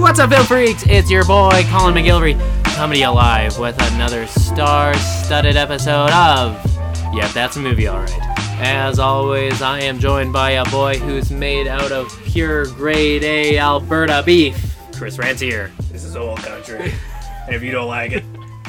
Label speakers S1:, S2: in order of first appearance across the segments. S1: What's up, Bill Freaks? It's your boy, Colin McGilvery, coming to you live with another star studded episode of Yep, that's a movie, alright. As always, I am joined by a boy who's made out of pure grade A Alberta beef, Chris Rancier.
S2: This is old country. and if you don't like it,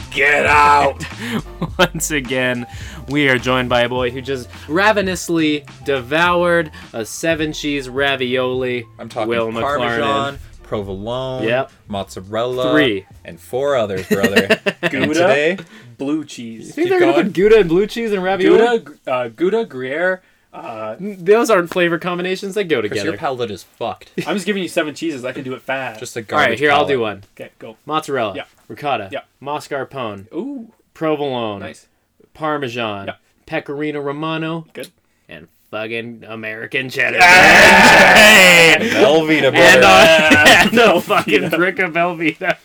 S2: get out.
S1: Once again, we are joined by a boy who just ravenously devoured a seven cheese ravioli.
S3: I'm talking
S1: Will
S3: Parmesan,
S1: McLaren.
S3: provolone,
S1: Yep.
S3: mozzarella,
S1: Three.
S3: and four others, brother. and
S2: Gouda,
S3: today,
S2: blue cheese.
S1: You think
S3: Keep
S1: they're gonna
S3: going.
S1: put Gouda and blue cheese and ravioli?
S2: Gouda, uh, Gouda Gruyere. Uh,
S1: Those aren't flavor combinations that go
S3: because your
S1: together.
S3: palate is fucked.
S2: I'm just giving you seven cheeses. I can do it fast.
S3: Just a
S1: All
S3: garbage.
S1: right, here I'll do
S3: palate.
S1: one:
S2: okay, go.
S1: mozzarella,
S2: Yeah.
S1: ricotta,
S2: Yeah.
S1: mascarpone,
S2: Ooh,
S1: provolone,
S2: nice.
S1: parmesan,
S2: Yeah.
S1: pecorino romano,
S2: Good.
S1: and fucking American cheddar.
S3: Velveeta,
S1: And,
S3: brother.
S1: uh, and a fucking
S2: Velveeta.
S1: brick of Velveeta.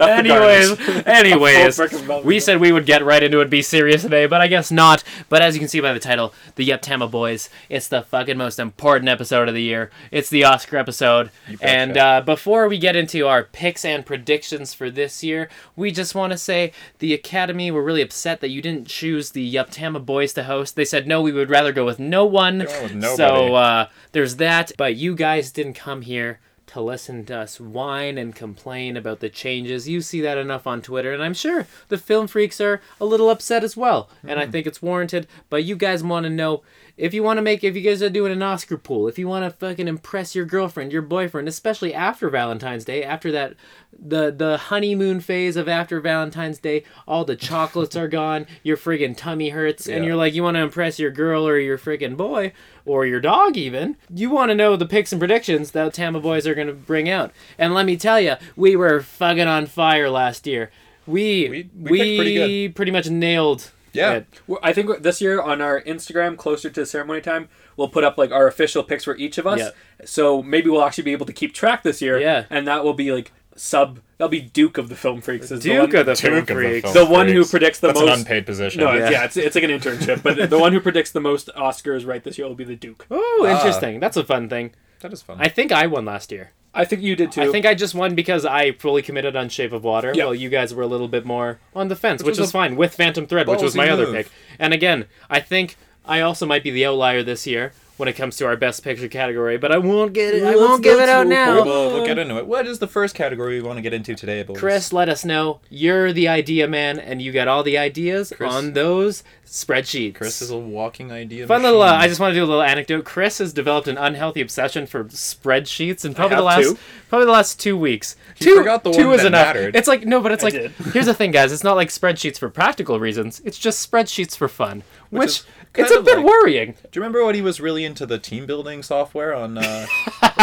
S1: anyways, anyways,
S2: brick of Velveeta.
S1: we said we would get right into it, be serious today, but I guess not. But as you can see by the title, the Yeptama Boys, it's the fucking most important episode of the year. It's the Oscar episode.
S3: betcha.
S1: And uh, before we get into our picks and predictions for this year, we just want to say the Academy were really upset that you didn't choose the Yeptama Boys to host. They said, no, we would rather go with no one.
S3: They went with nobody.
S1: So uh, there's that, but you guys didn't come here to listen to us whine and complain about the changes. You see that enough on Twitter, and I'm sure the film freaks are a little upset as well, and
S3: Hmm.
S1: I think it's warranted. But you guys want to know if you want to make, if you guys are doing an Oscar pool, if you want to fucking impress your girlfriend, your boyfriend, especially after Valentine's Day, after that, the the honeymoon phase of after Valentine's Day, all the chocolates are gone, your friggin' tummy hurts, and
S3: Yeah.
S1: you're like, you want to impress your girl or your friggin' boy or your dog even, you want to know the picks and predictions that Tama boys are going to bring out. And let me tell you, we were fucking on fire last year. We we,
S3: We- we picked pretty good.
S1: pretty much nailed
S3: Yeah.
S1: it.
S2: We're- I think this year on our Instagram, closer to ceremony time, we'll put up like our official picks for each of us.
S1: Yeah.
S2: So maybe we'll actually be able to keep track this year.
S1: Yeah.
S2: And that will be like sub. That'll be Duke of the Film Freaks. Is the
S1: Duke
S2: one,
S1: of the
S3: Duke
S1: Film
S3: of the
S1: Freaks.
S3: Film
S2: the one who
S3: Freaks.
S2: predicts the
S3: That's
S2: most.
S3: an unpaid position.
S2: No, yeah,
S1: Yeah.
S2: it's, it's like an internship, but the one who predicts the most Oscars right this year will be the Duke.
S1: Oh,
S3: Ah.
S1: interesting. That's a fun thing.
S3: that is fun.
S1: I think I won last year.
S2: I think you did too.
S1: I think I just won because I fully committed on Shape of Water.
S2: Yeah.
S1: While you guys were a little bit more on the fence, which,
S3: was
S1: was,
S3: a
S1: fine with Phantom Thread, which was
S3: ballsy
S1: my other
S3: move.
S1: pick. And again, I think I also might be the outlier this year when it comes to our Best Picture category, but I won't get it. I
S2: Let's
S1: won't give it
S2: go
S1: out
S2: to-
S1: now.
S3: We'll, we'll get into it. What is the first category we want to get into today, boys?
S1: Chris, let us know. You're the idea man, and you got all the ideas on those spreadsheets.
S3: Chris is a walking idea.
S1: Fun little. Uh,
S3: machine.
S1: I just want to do a little anecdote. Chris has developed an unhealthy obsession for spreadsheets, and probably the
S2: have
S1: last
S2: two.
S1: probably the last two weeks. two
S3: forgot the
S1: two
S3: one
S1: is
S3: that
S1: enough.
S3: mattered.
S1: It's like no, but it's
S2: I
S1: like
S2: did.
S1: here's the thing, guys. It's not like spreadsheets for practical reasons. It's just spreadsheets for fun, which,
S3: is
S1: it's
S3: kinda
S1: a bit
S3: like-
S1: worrying.
S3: Do you remember when he was really into the team building software on, uh,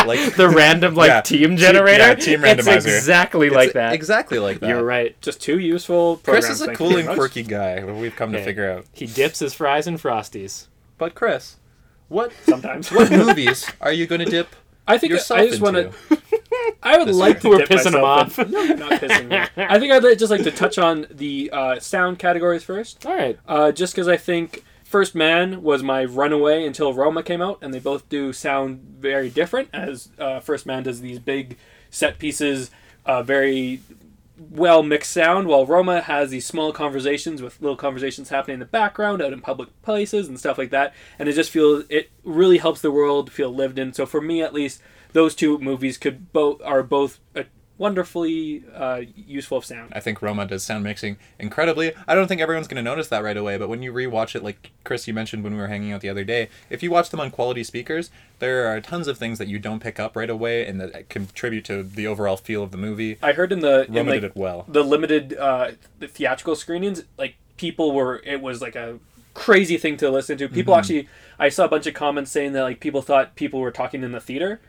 S3: like
S1: The random like
S3: Yeah.
S1: team
S3: Team-
S1: generator.
S3: yeah, team
S1: It's
S3: randomizer.
S1: exactly
S3: It's
S1: like that.
S3: Exactly like that.
S1: You're right.
S2: just two useful.
S3: Chris
S2: programs,
S3: is a
S2: thank
S3: cool
S2: you
S3: and
S2: very much.
S3: quirky guy. that We've come to
S1: Okay.
S3: figure out.
S1: He dips his fries in frosties.
S3: But Chris, what
S2: Sometimes
S3: what movies are you going to dip
S2: I think
S3: yourself
S2: I just want
S3: into?
S2: to. I would
S3: This
S2: like to.
S1: year. We're
S2: dip
S1: pissing 'em off.
S2: myself in- No, not pissing. them off. I think I'd like- just like to touch on the uh, sound categories first,
S1: All right.
S2: uh, just because I think First Man was my runaway until Roma came out, and they both do sound very different. As uh, First Man does these big set pieces, uh, very well mixed sound, while Roma has these small conversations with little conversations happening in the background out in public places and stuff like that. And it just feels it really helps the world feel lived in. So for me, at least, those two movies could both are both uh wonderfully uh, useful of sound.
S3: I think Roma does sound mixing incredibly. I don't think everyone's going to notice that right away, but when you rewatch it, like Chris, you mentioned when we were hanging out the other day, if you watch them on quality speakers, there are tons of things that you don't pick up right away and that contribute to the overall feel of the movie.
S2: I heard in the in
S3: Roma
S2: like,
S3: did it well.
S2: the limited uh, the theatrical screenings, like people were, it was like a crazy thing to listen to.
S1: Mm-hmm.
S2: People actually, I saw a bunch of comments saying that like people thought people were talking in the theater,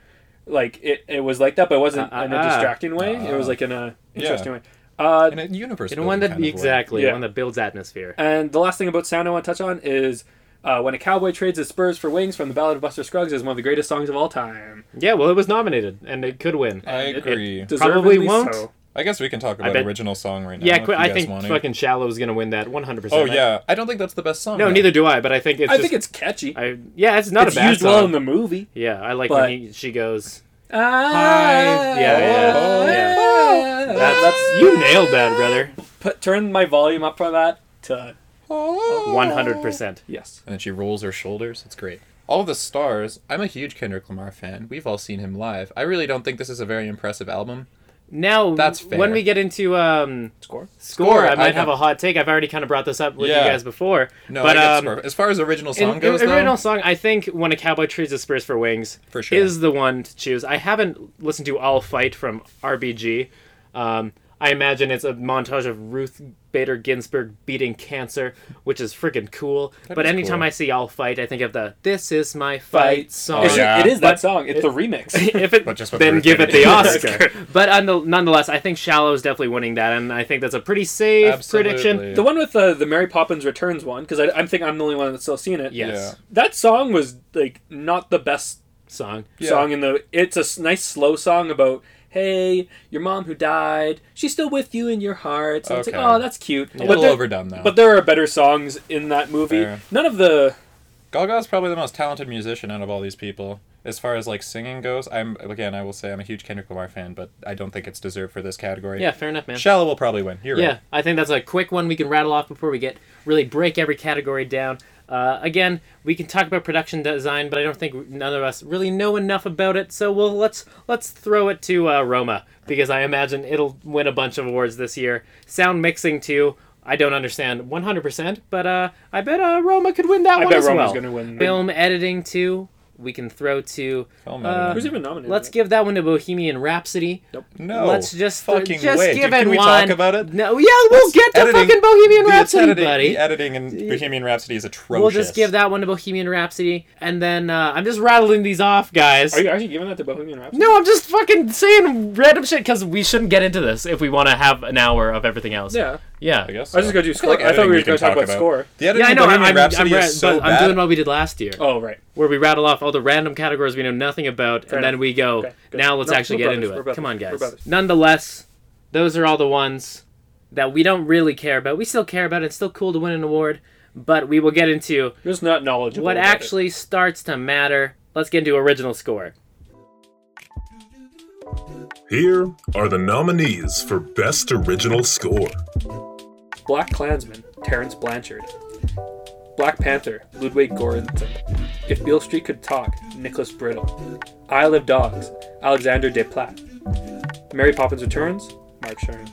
S2: like it, it was like that, but it wasn't
S1: Uh, uh,
S2: in
S1: uh.
S2: a distracting way. it was
S3: Ah.
S2: like in a
S3: Yeah.
S2: interesting way. Uh,
S3: In a universe.
S1: In one
S3: building
S1: that
S3: kind of way.
S1: exactly
S2: Yeah.
S1: one that builds atmosphere.
S2: and the last thing about sound I want to touch on is. Uh, when a cowboy trades his spurs for wings from the Ballad of Buster Scruggs is one of the greatest songs of all time.
S1: Yeah. Well, it was nominated, and it could win.
S3: I
S2: It- it
S3: agree.
S1: Probably
S2: deservedly
S1: won't.
S2: so.
S3: I guess we can talk about
S1: bet-
S3: original song right now.
S1: Yeah,
S3: if
S1: qu-
S3: you
S1: I
S3: guys
S1: think
S3: want to.
S1: fucking Shallow is gonna win that 100%.
S3: Oh
S1: I-
S3: yeah, I don't think that's the best song.
S1: No,
S3: though.
S1: neither do I, but I think it's
S2: I
S1: just-
S2: think it's catchy.
S1: I, yeah, it's not a
S2: it's
S1: bad
S2: used
S1: song.
S2: well in the movie.
S1: yeah, I like
S2: but-
S1: when he, she goes
S3: Ah.
S1: Hi. Yeah, yeah.
S3: Oh.
S1: yeah. That- that's you nailed that, brother.
S2: Put, turn my volume up for that to
S3: Oh.
S1: One hundred percent.
S2: yes.
S3: and then she rolls her shoulders. It's great. All the stars. I'm a huge Kendrick Lamar fan. We've all seen him live. I really don't think this is a very impressive album.
S1: Now
S3: That's fair.
S1: when we get into um,
S2: Score.
S1: score,
S3: Score,
S1: I might
S3: I
S1: have
S3: know.
S1: a hot take. I've already kind of brought this up with
S3: Yeah.
S1: you guys before.
S3: No,
S1: but
S3: I get
S1: um,
S3: Spur- as far as original
S1: in-
S3: song goes,
S1: in-
S3: though,
S1: original song, I think when a cowboy trades his spurs for wings
S3: For sure.
S1: is the one to choose. I haven't listened to "All Fight" from RBG. Um, I imagine it's a montage of Ruth Bader Ginsburg beating cancer, which is freaking cool. but
S3: is
S1: anytime
S3: cool.
S1: I see "All Fight," I think of the "This is my fight" song.
S2: It's-
S3: yeah.
S2: It is that
S1: But-
S2: song. It's the remix.
S1: if it
S3: But just with
S1: then
S3: Ruth
S1: give
S3: Bader
S1: it the
S2: Ginsburg.
S1: Oscar. but on the, nonetheless, I think "Shallow" is definitely winning that, and I think that's a pretty safe prediction.
S3: Absolutely.
S2: The one with uh, the the Mary Poppins Returns one, because I'm think I'm the only one that's still seen it.
S1: Yes,
S2: That song was like not the best
S1: song.
S3: Yeah.
S2: song in the. It's a s- nice slow song about hey, your mom who died, she's still with you in your heart. So it's like
S3: Okay.
S2: oh, that's cute.
S3: a little
S2: there,
S3: overdone though.
S2: But there are better songs in that movie.
S3: Fair.
S2: None of the
S3: Gaga's probably the most talented musician out of all these people. As far as like singing goes, I'm again I will say I'm a huge Kendrick Lamar fan, but I don't think it's deserved for this category.
S1: Yeah, fair enough, man.
S3: Shallow will probably win. You're
S1: Yeah,
S3: right.
S1: I think that's a quick one we can rattle off before we get really break every category down. Uh, again, we can talk about production design, but I don't think none of us really know enough about it. So we'll let's let's throw it to uh, Roma because I imagine it'll win a bunch of awards this year. Sound mixing too. I don't understand 100%, but uh, I bet uh, Roma could win that
S2: I
S1: one
S2: bet
S1: as
S2: Roma's
S1: well.
S2: gonna win.
S1: Film editing too. We can throw to.
S3: Film
S1: uh,
S3: editing.
S2: who's even nominated.
S1: Let's give that one to Bohemian Rhapsody.
S3: No.
S1: Let's just uh,
S3: fucking
S1: just
S3: wait.
S1: give
S3: Dude,
S1: it
S3: can we
S1: one.
S3: talk about it?
S1: No, yeah, we'll get to
S3: Editing-
S1: fucking Bohemian
S3: the
S1: Rhapsody,
S3: editing,
S1: buddy.
S3: The editing in Bohemian Rhapsody is atrocious.
S1: We'll just give that one to Bohemian Rhapsody, and then uh, I'm just rattling these off, guys.
S2: Are you actually giving that to Bohemian Rhapsody?
S1: no, I'm just fucking saying random shit because we shouldn't get into this if we want to have an hour of everything else.
S2: Yeah.
S1: yeah.
S3: I guess.
S2: I was just
S3: so.
S2: gonna do
S3: feel
S2: score. I thought
S3: editing
S2: we were
S3: can
S2: gonna talk about score.
S3: The editing
S1: Yeah, I
S3: of
S1: know. I'm,
S3: Bohemian
S1: I'm,
S3: Rhapsody
S1: I'm, ra-
S3: is so
S1: but
S3: bad.
S1: I'm doing what we did last year,
S2: Oh right.
S1: where we rattle off all the random categories we know nothing about, and then
S2: enough.
S1: we go.
S2: Okay, good.
S1: now let's
S2: No,
S1: actually
S2: we're
S1: get
S2: brothers,
S1: into
S2: we're
S1: it.
S2: brothers,
S1: Come on,
S2: we're
S1: guys.
S2: brothers.
S1: Nonetheless, those are all the ones that we don't really care about. We still care about. It. It's still cool to win an award, but we will get into
S2: You're just not knowledgeable.
S1: what
S2: about it.
S1: actually starts to matter. Let's get into original score.
S4: Here are the nominees for Best Original Score
S2: Black Klansman, Terrence Blanchard. Black Panther, Ludwig Göransson. If Beale Street Could Talk, Nicholas Brittle. Isle of Dogs, Alexander Desplat. Mary Poppins Returns, Mark Shern.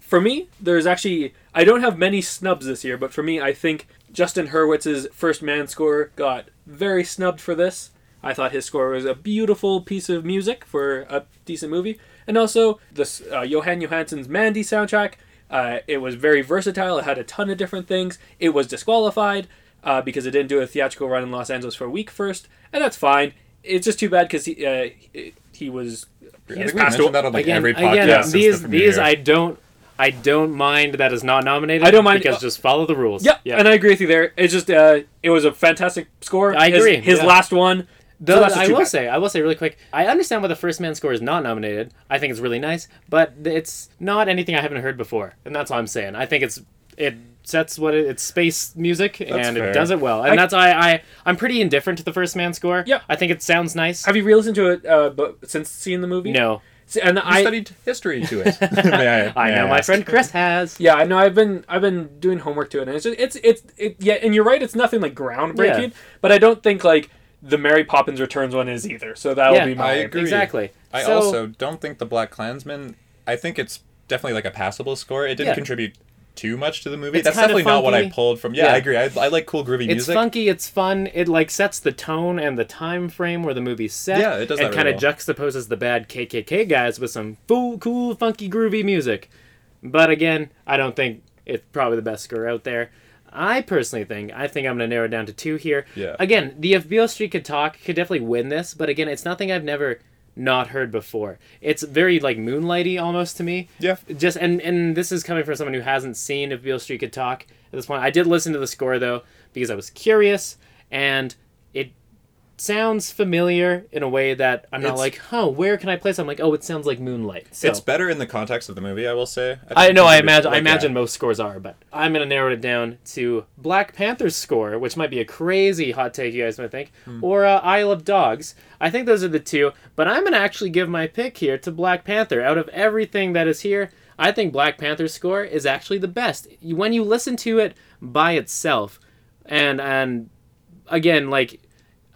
S2: For me, there's actually I don't have many snubs this year, but for me, I think Justin Hurwitz's First Man score got very snubbed for this. I thought his score was a beautiful piece of music for a decent movie, and also this uh, Johan Johansson's Mandy soundtrack. Uh, it was very versatile. It had a ton of different things. It was disqualified uh, because it didn't do a theatrical run in Los Angeles for a week first, and that's fine. It's just too bad because he uh, he- he was
S3: I
S2: he
S3: think
S2: has
S3: we
S2: passed
S3: mentioned
S2: away.
S3: that on like
S1: Again,
S3: every podcast.
S1: again,
S3: since
S1: these
S3: the premiere.
S1: these I don't I don't mind that is not nominated.
S2: I don't mind- uh,
S1: because just follow the rules.
S2: Yeah, and I agree with you there. It's just uh, it was a fantastic score.
S1: I
S2: His-
S1: agree,
S2: His,
S1: yeah.
S2: last one.
S1: Though
S2: so that's a
S1: I
S2: two
S1: will
S2: pack.
S1: say, I will say really quick, I understand why the first man score is not nominated. I think it's really nice, but it's not anything I haven't heard before, and that's all I'm saying. I think it's it sets what it, it's space music and it
S3: fair.
S1: does it well, and
S2: I-
S1: that's why I I'm pretty indifferent to the first man score.
S2: Yeah.
S1: I think it sounds nice.
S2: Have you re-listened to it uh, but since seeing the movie?
S1: no,
S2: S- And
S3: You
S2: I
S3: studied history to it. May
S1: I
S3: may
S1: know my
S3: ask?
S1: friend Chris has.
S2: yeah, I know. I've been I've been doing homework to it, and it's just, it's it's it, yeah. And you're right. It's nothing like groundbreaking,
S1: Yeah.
S2: but I don't think like the Mary Poppins Returns one is either. So that'll
S1: Yeah.
S2: be
S3: I
S2: my.
S3: agree.
S1: Exactly.
S3: I
S1: So-
S3: also don't think the Black Klansman. I think it's definitely like a passable score. It didn't
S1: Yeah.
S3: contribute too much to the movie.
S1: It's
S3: That's
S1: kinda
S3: definitely not what I
S1: funky.
S3: pulled from. Yeah,
S1: Yeah.
S3: I agree. I, I like cool groovy
S1: It's
S3: music.
S1: funky, it's fun. It like sets the tone and the time frame where the movie's set.
S3: Yeah, it does
S1: And
S3: that
S1: kind
S3: really
S1: of juxtaposes the bad KKK guys with some full, cool, funky, groovy music. But again, I don't think it's probably the best score out there. I personally think I think I'm gonna narrow it down to two here.
S3: Yeah.
S1: Again, the If Beale Street Could Talk could definitely win this, but again, it's nothing I've never not heard before. It's very like moonlighty almost to me
S3: Yeah.
S1: just and and this is coming from someone who hasn't seen if Beale Street could talk at this point. I did listen to the score though because I was curious and it sounds familiar in a way that I'm not
S3: It's-
S1: like, huh, where can I place? it?" I'm like, oh, it sounds like Moonlight. So
S3: It's better in the context of the movie, I will say.
S1: I
S3: think
S1: know. I imagine.
S3: people should
S1: I
S3: look at
S1: imagine
S3: it.
S1: most scores are, but I'm gonna narrow it down to Black Panther's score, which might be a crazy hot take you guys might think, or uh, Isle of Dogs. I think those are the two. But I'm gonna actually give my pick here to Black Panther. Out of everything that is here, I think Black Panther's score is actually the best. You- When you listen to it by itself, and and again, like,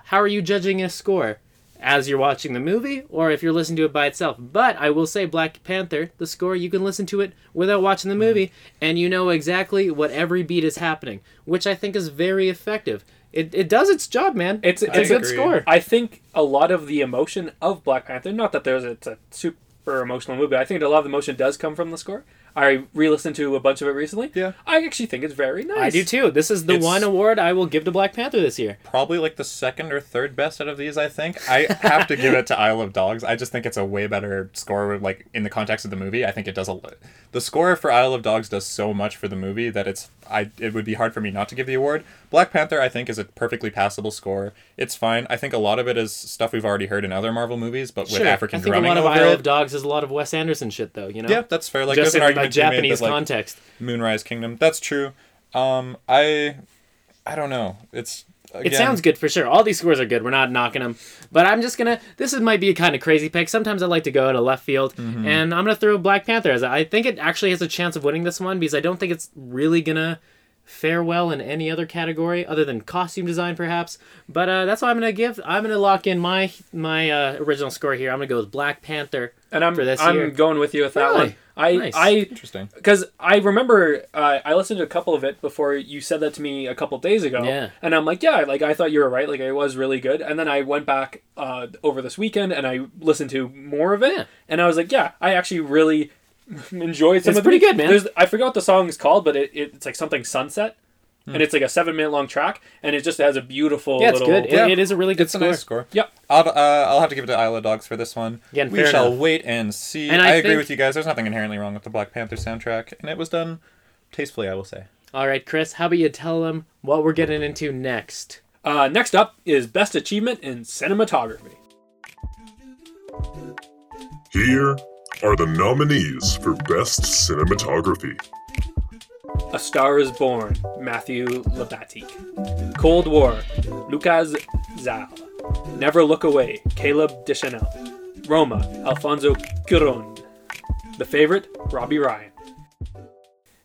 S1: how are you judging a score? As you're watching the movie, or if you're listening to it by itself. But I will say, Black Panther, the score, you can listen to it without watching the movie, and you know exactly what every beat is happening, which I think is very effective. It, it does its job, man.
S2: It's-
S1: it's
S2: I
S1: a good
S3: agree.
S1: score.
S2: I think a lot of the emotion of Black Panther, not that there's it's a super emotional movie, I think a lot of the emotion does come from the score. I re-listened to a bunch of it recently.
S3: Yeah.
S2: I actually think it's very nice.
S1: I do too. This is the
S3: It's-
S1: one award I will give to Black Panther this year.
S3: Probably like the second or third best out of these, I think. I have to give it to Isle of Dogs. I just think it's a way better score, like in the context of the movie. I think it does a lot. The score for Isle of Dogs does so much for the movie that it's I it would be hard for me not to give the award. Black Panther, I think, is a perfectly passable score. It's fine. I think a lot of it is stuff we've already heard in other Marvel movies, but with African
S1: I think a
S3: drumming
S1: lot of
S3: over
S1: Isle
S3: it.
S1: of Dogs is a lot of Wes Anderson shit, though. You know,
S3: yeah, that's fair. Like
S1: just
S3: there's an
S1: in a
S3: argument to be made that,
S1: Japanese
S3: like,
S1: context.
S3: Moonrise Kingdom. That's true. Um, I, I don't know. It's again,
S1: It sounds good for sure. All these scores are good. We're not knocking them, but I'm just gonna. This is might be a kind of crazy pick. Sometimes I like to go out of left field,
S3: Mm-hmm.
S1: and I'm gonna throw Black Panther as. I think it actually has a chance of winning this one because I don't think it's really gonna fare well in any other category other than costume design, perhaps. But uh, that's what I'm gonna give. I'm gonna lock in my my uh, original score here. I'm gonna go with Black Panther.
S2: And I'm
S1: for this
S2: I'm
S1: year.
S2: going with you with that
S1: Really?
S2: one. I
S1: Nice.
S2: I
S3: interesting.
S2: because I remember uh, I listened to a couple of it before you said that to me a couple days ago.
S1: Yeah.
S2: And I'm like, yeah, like I thought you were right. Like it was really good. And then I went back uh, over this weekend and I listened to more of it.
S1: Yeah.
S2: And I was like, yeah, I actually really enjoyed some
S1: It's
S2: of
S1: pretty
S2: it.
S1: good, man.
S2: There's, I forgot what the song is called, but it, it, it's like something sunset. And it's like a seven minute long track, and it just has a beautiful
S1: Hmm. Yeah, it's
S2: little.
S1: good. It- it is a really good
S3: It's a
S1: score.
S3: nice score.
S2: Yep.
S3: I'll, uh, I'll have to give it to Isle of Dogs for this one.
S1: Again,
S3: we
S1: fair
S3: shall
S1: enough.
S3: wait and see.
S1: And I
S3: I, agree
S1: think-
S3: with you guys. There's nothing inherently wrong with the Black Panther soundtrack, and it was done tastefully, I will say.
S1: All right, Chris. How about you tell them what we're getting into next?
S2: Uh, next up is best achievement in cinematography.
S4: Here are the nominees for Best Cinematography.
S2: A Star is Born, Matthew Labatique. Cold War, Lucas Zal. Never Look Away, Caleb Deschanel. Roma, Alfonso Cuaron. The Favorite, Robbie Ryan.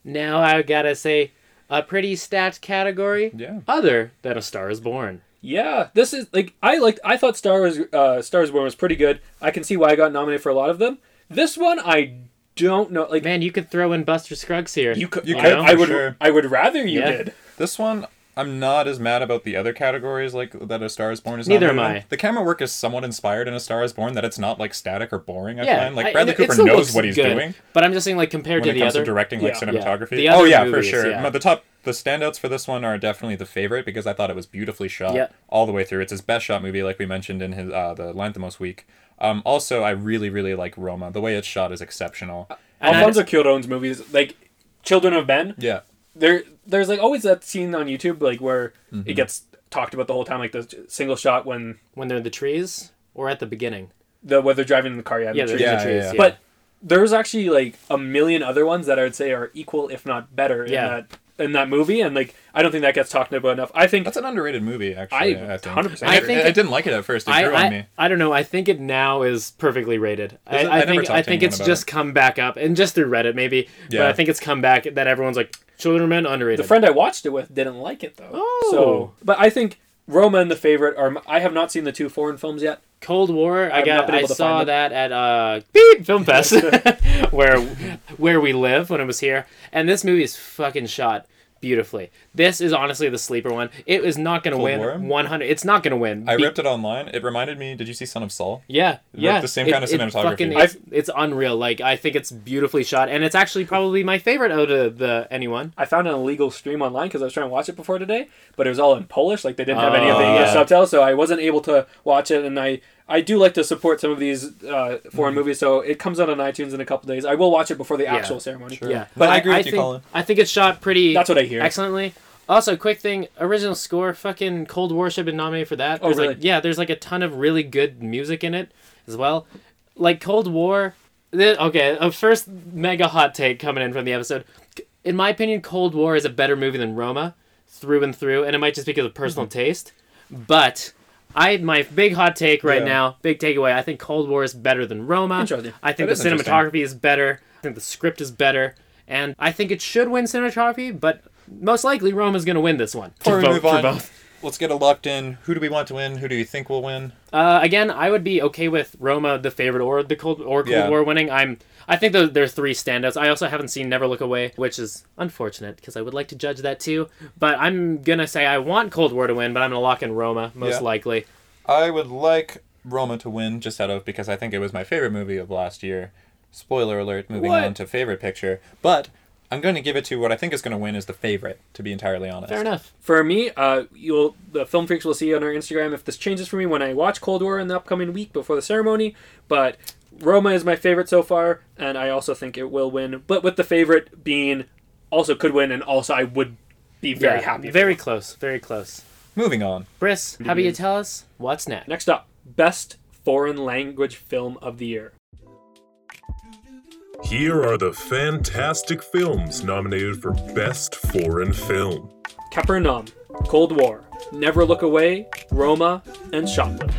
S1: Now I gotta say, a pretty stacked category.
S3: Yeah.
S1: Other than A Star Is Born.
S2: Yeah, this is like I liked. I thought Star Wars, uh, Star Wars Born was pretty good. I can see why I got nominated for a lot of them. This one, I don't know. Like
S1: Man, you could throw in Buster Scruggs here.
S2: you could,
S3: you
S2: I-
S3: could,
S2: I,
S3: for
S2: would,
S3: sure.
S2: I would rather you
S1: Yeah.
S2: did.
S3: This one, I'm not as mad about the other categories like that. A Star Is Born is.
S1: Neither
S3: nominated
S1: am
S3: in.
S1: I.
S3: The camera work is somewhat inspired in A Star Is Born. That it's not like static or boring. I
S1: yeah,
S3: find like
S1: I-
S3: Bradley
S1: it
S3: Cooper
S1: still
S3: knows
S1: looks
S3: what he's
S1: good,
S3: doing.
S1: But I'm just saying, like compared to
S3: when
S1: the
S3: it comes
S1: other.
S3: to directing like
S2: Yeah. Yeah.
S3: cinematography.
S1: The
S3: oh
S1: other
S3: yeah,
S1: movies,
S3: for sure.
S1: yeah.
S3: But The top the standouts for this one are definitely the favorite because I thought it was beautifully shot
S1: Yeah.
S3: all the way through. It's his best shot movie, like we mentioned in his uh, the Lanthimos week. Um, also, I really really like Roma. The way it's shot is exceptional.
S1: And I-
S2: Alfonso Cuarón's movies, like Children of Men,
S3: Yeah,
S2: there there's like always that scene on YouTube like where it gets talked about the whole time, like the single shot when
S1: when they're in the trees or at the beginning.
S2: the where they're driving in the car. Yeah,
S1: Yeah,
S2: the
S1: they're
S2: trees.
S1: in
S3: Yeah,
S1: the trees.
S3: yeah, yeah.
S2: But there's actually like a million other ones that I would say are equal, if not better, in
S1: Yeah.
S2: that in that movie. And like I don't think that gets talked about enough. I think
S3: that's an underrated movie. Actually,
S2: I
S3: I, think.
S2: 100%
S3: I,
S1: agree.
S3: I didn't like it at first. It
S1: I,
S3: grew on
S1: I,
S3: me.
S1: I don't know. I think it now is perfectly rated. I,
S3: Is it? I
S1: I,
S3: never
S1: think
S3: talked
S1: I
S3: to
S1: think
S3: anyone
S1: it's
S3: about
S1: just come back up and just through Reddit maybe.
S3: Yeah.
S1: But I think it's come back that everyone's like children of men
S2: the
S1: underrated.
S2: friend I watched it with didn't like it though.
S1: Oh.
S2: So, but I think Roma and the favorite are. m- I have not seen the two foreign films yet.
S1: Cold War. I
S2: I've not
S1: got.
S2: been
S1: I
S2: able to
S1: saw
S2: find
S1: that at uh, Beep Film Fest, where where we live when it was here. And this movie is fucking shot beautifully. This is honestly the sleeper one. It is not gonna
S3: Cold
S1: win
S3: War?
S1: one hundred. It's not gonna win.
S3: I
S1: Be-
S3: ripped it online. It reminded me. Did you see Son of Saul?
S1: Yeah, yeah.
S3: the same kind of cinematography.
S1: fucking- it's, it's unreal. Like I think it's beautifully shot, and it's actually probably my favorite out of the anyone.
S2: I found an illegal stream online because I was trying to watch it before today, but it was all in Polish. Like they didn't have any of the
S1: Ah.
S2: English
S1: Yeah.
S2: subtitles, so I wasn't able to watch it. And I I do like to support some of these uh,
S1: Mm-hmm.
S2: foreign movies, so it comes out on iTunes in a couple days. I will watch it before the actual ceremony.
S3: Sure.
S1: Yeah,
S3: But I agree with you,
S1: think,
S3: Colin.
S1: I think it's shot pretty.
S2: That's what I hear.
S1: Excellently. Also, quick thing: original score. Fucking Cold War should have been nominated for that.
S2: Oh,
S1: there's
S2: really?
S1: like yeah, there's like a ton of really good music in it as well. Like Cold War. th- okay, a first mega hot take coming in from the episode. In my opinion, Cold War is a better movie than Roma, through and through, and it might just be because of personal taste. But I my big hot take right
S3: Yeah.
S1: now, big takeaway. I think Cold War is better than Roma.
S2: Interesting.
S1: I think
S3: That
S1: the
S3: is interesting.
S1: cinematography is better. I think the script is better, and I think it should win cinematography. But most likely, Roma's going to win this one.
S3: Before we
S1: vote
S3: move
S1: for
S3: on,
S1: both.
S3: let's get it locked in. Who do we want to win? Who do you think will win?
S1: Uh, again, I would be okay with Roma, the favorite, or the Cold or Cold
S3: Yeah.
S1: War winning. I'm. I think there, there are three standouts. I also haven't seen Never Look Away, which is unfortunate because I would like to judge that too. But I'm gonna say I want Cold War to win, but I'm gonna lock in Roma most
S3: Yeah.
S1: likely.
S3: I would like Roma to win just out of because I think it was my favorite movie of last year. Spoiler alert, moving
S2: What?
S3: on to favorite picture. But I'm going to give it to what I think is going to win is the favorite, to be entirely honest.
S1: Fair enough.
S2: For me, uh, you'll the film freaks will see on our Instagram if this changes for me when I watch Cold War in the upcoming week before the ceremony. But Roma is my favorite so far, and I also think it will win. But with the favorite being also could win, and also I would be very
S1: Yeah,
S2: happy.
S1: Very close. Very close.
S3: Moving on.
S1: Briss, how about you tell us what's next?
S2: Next up, best foreign language film of the year.
S4: Here are the fantastic films nominated for Best Foreign Film.
S2: Capernaum, Cold War, Never Look Away, Roma, and Shoplifters.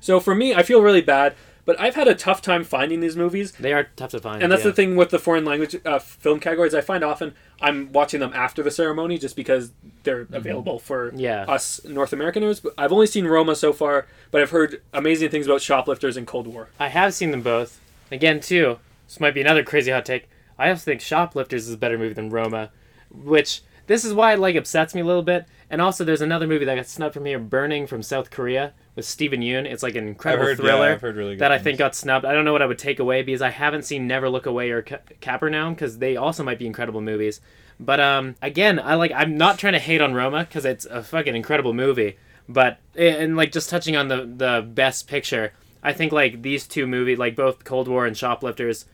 S2: So for me, I feel really bad, but I've had a tough time finding these movies.
S1: They are tough to find.
S2: And that's
S1: yeah.
S2: the thing with the foreign language uh, film categories. I find often I'm watching them after the ceremony just because they're available for
S1: Mm-hmm. Yeah.
S2: us North Americaners. But I've only seen Roma so far, but I've heard amazing things about Shoplifters and Cold War.
S1: I have seen them both. Again, too, this might be another crazy hot take. I also think Shoplifters is a better movie than Roma, which this is why it like upsets me a little bit. And also, there's another movie that got snubbed from here, Burning from South Korea with Steven Yeun. It's like an incredible
S3: heard- yeah,
S1: thriller
S3: I've heard really good
S1: that I
S3: things.
S1: think got snubbed. I don't know what I would take away because I haven't seen Never Look Away or Ca- Capernaum because they also might be incredible movies. But um, again, I like I'm not trying to hate on Roma because it's a fucking incredible movie. But and like just touching on the the best picture, I think like these two movies, like both Cold War and Shoplifters,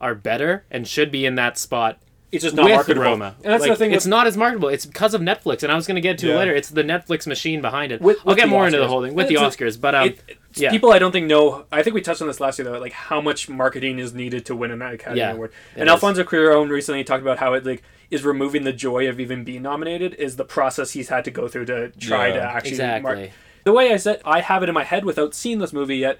S1: are better and should be in that spot
S2: It's just not
S1: with
S2: marketable.
S1: Roma.
S2: And that's
S1: Like,
S2: the thing.
S1: It's
S2: with-
S1: not as marketable. It's because of Netflix, and I was going to get to it
S3: Yeah.
S1: later. It's the Netflix machine behind it.
S2: With-
S1: I'll
S2: with
S1: get
S2: the
S1: more into the
S2: Oscars.
S1: whole thing with the
S2: And it's a-
S1: Oscars, but um,
S2: it- it's-
S1: yeah.
S2: People I don't think know. I think we touched on this last year though, like how much marketing is needed to win an Academy
S1: Yeah,
S2: Award.
S1: it
S2: And
S1: is.
S2: Alfonso Cuarón recently talked about how it like is removing the joy of even being nominated is the process he's had to go through to try
S3: Yeah.
S2: to actually mark.
S1: Exactly.
S2: The way I said I have it in my head without seeing this movie yet.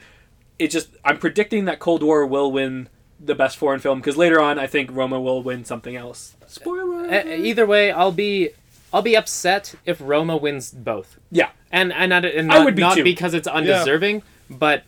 S2: It just I'm predicting that Cold War will win the best foreign film because later on I think Roma will win something else. Eh, Spoiler.
S1: E- either way, I'll be I'll be upset if Roma wins both,
S2: yeah.
S1: and and, not- and
S2: I
S1: not,
S2: would be
S1: not
S2: too.
S1: because it's undeserving, but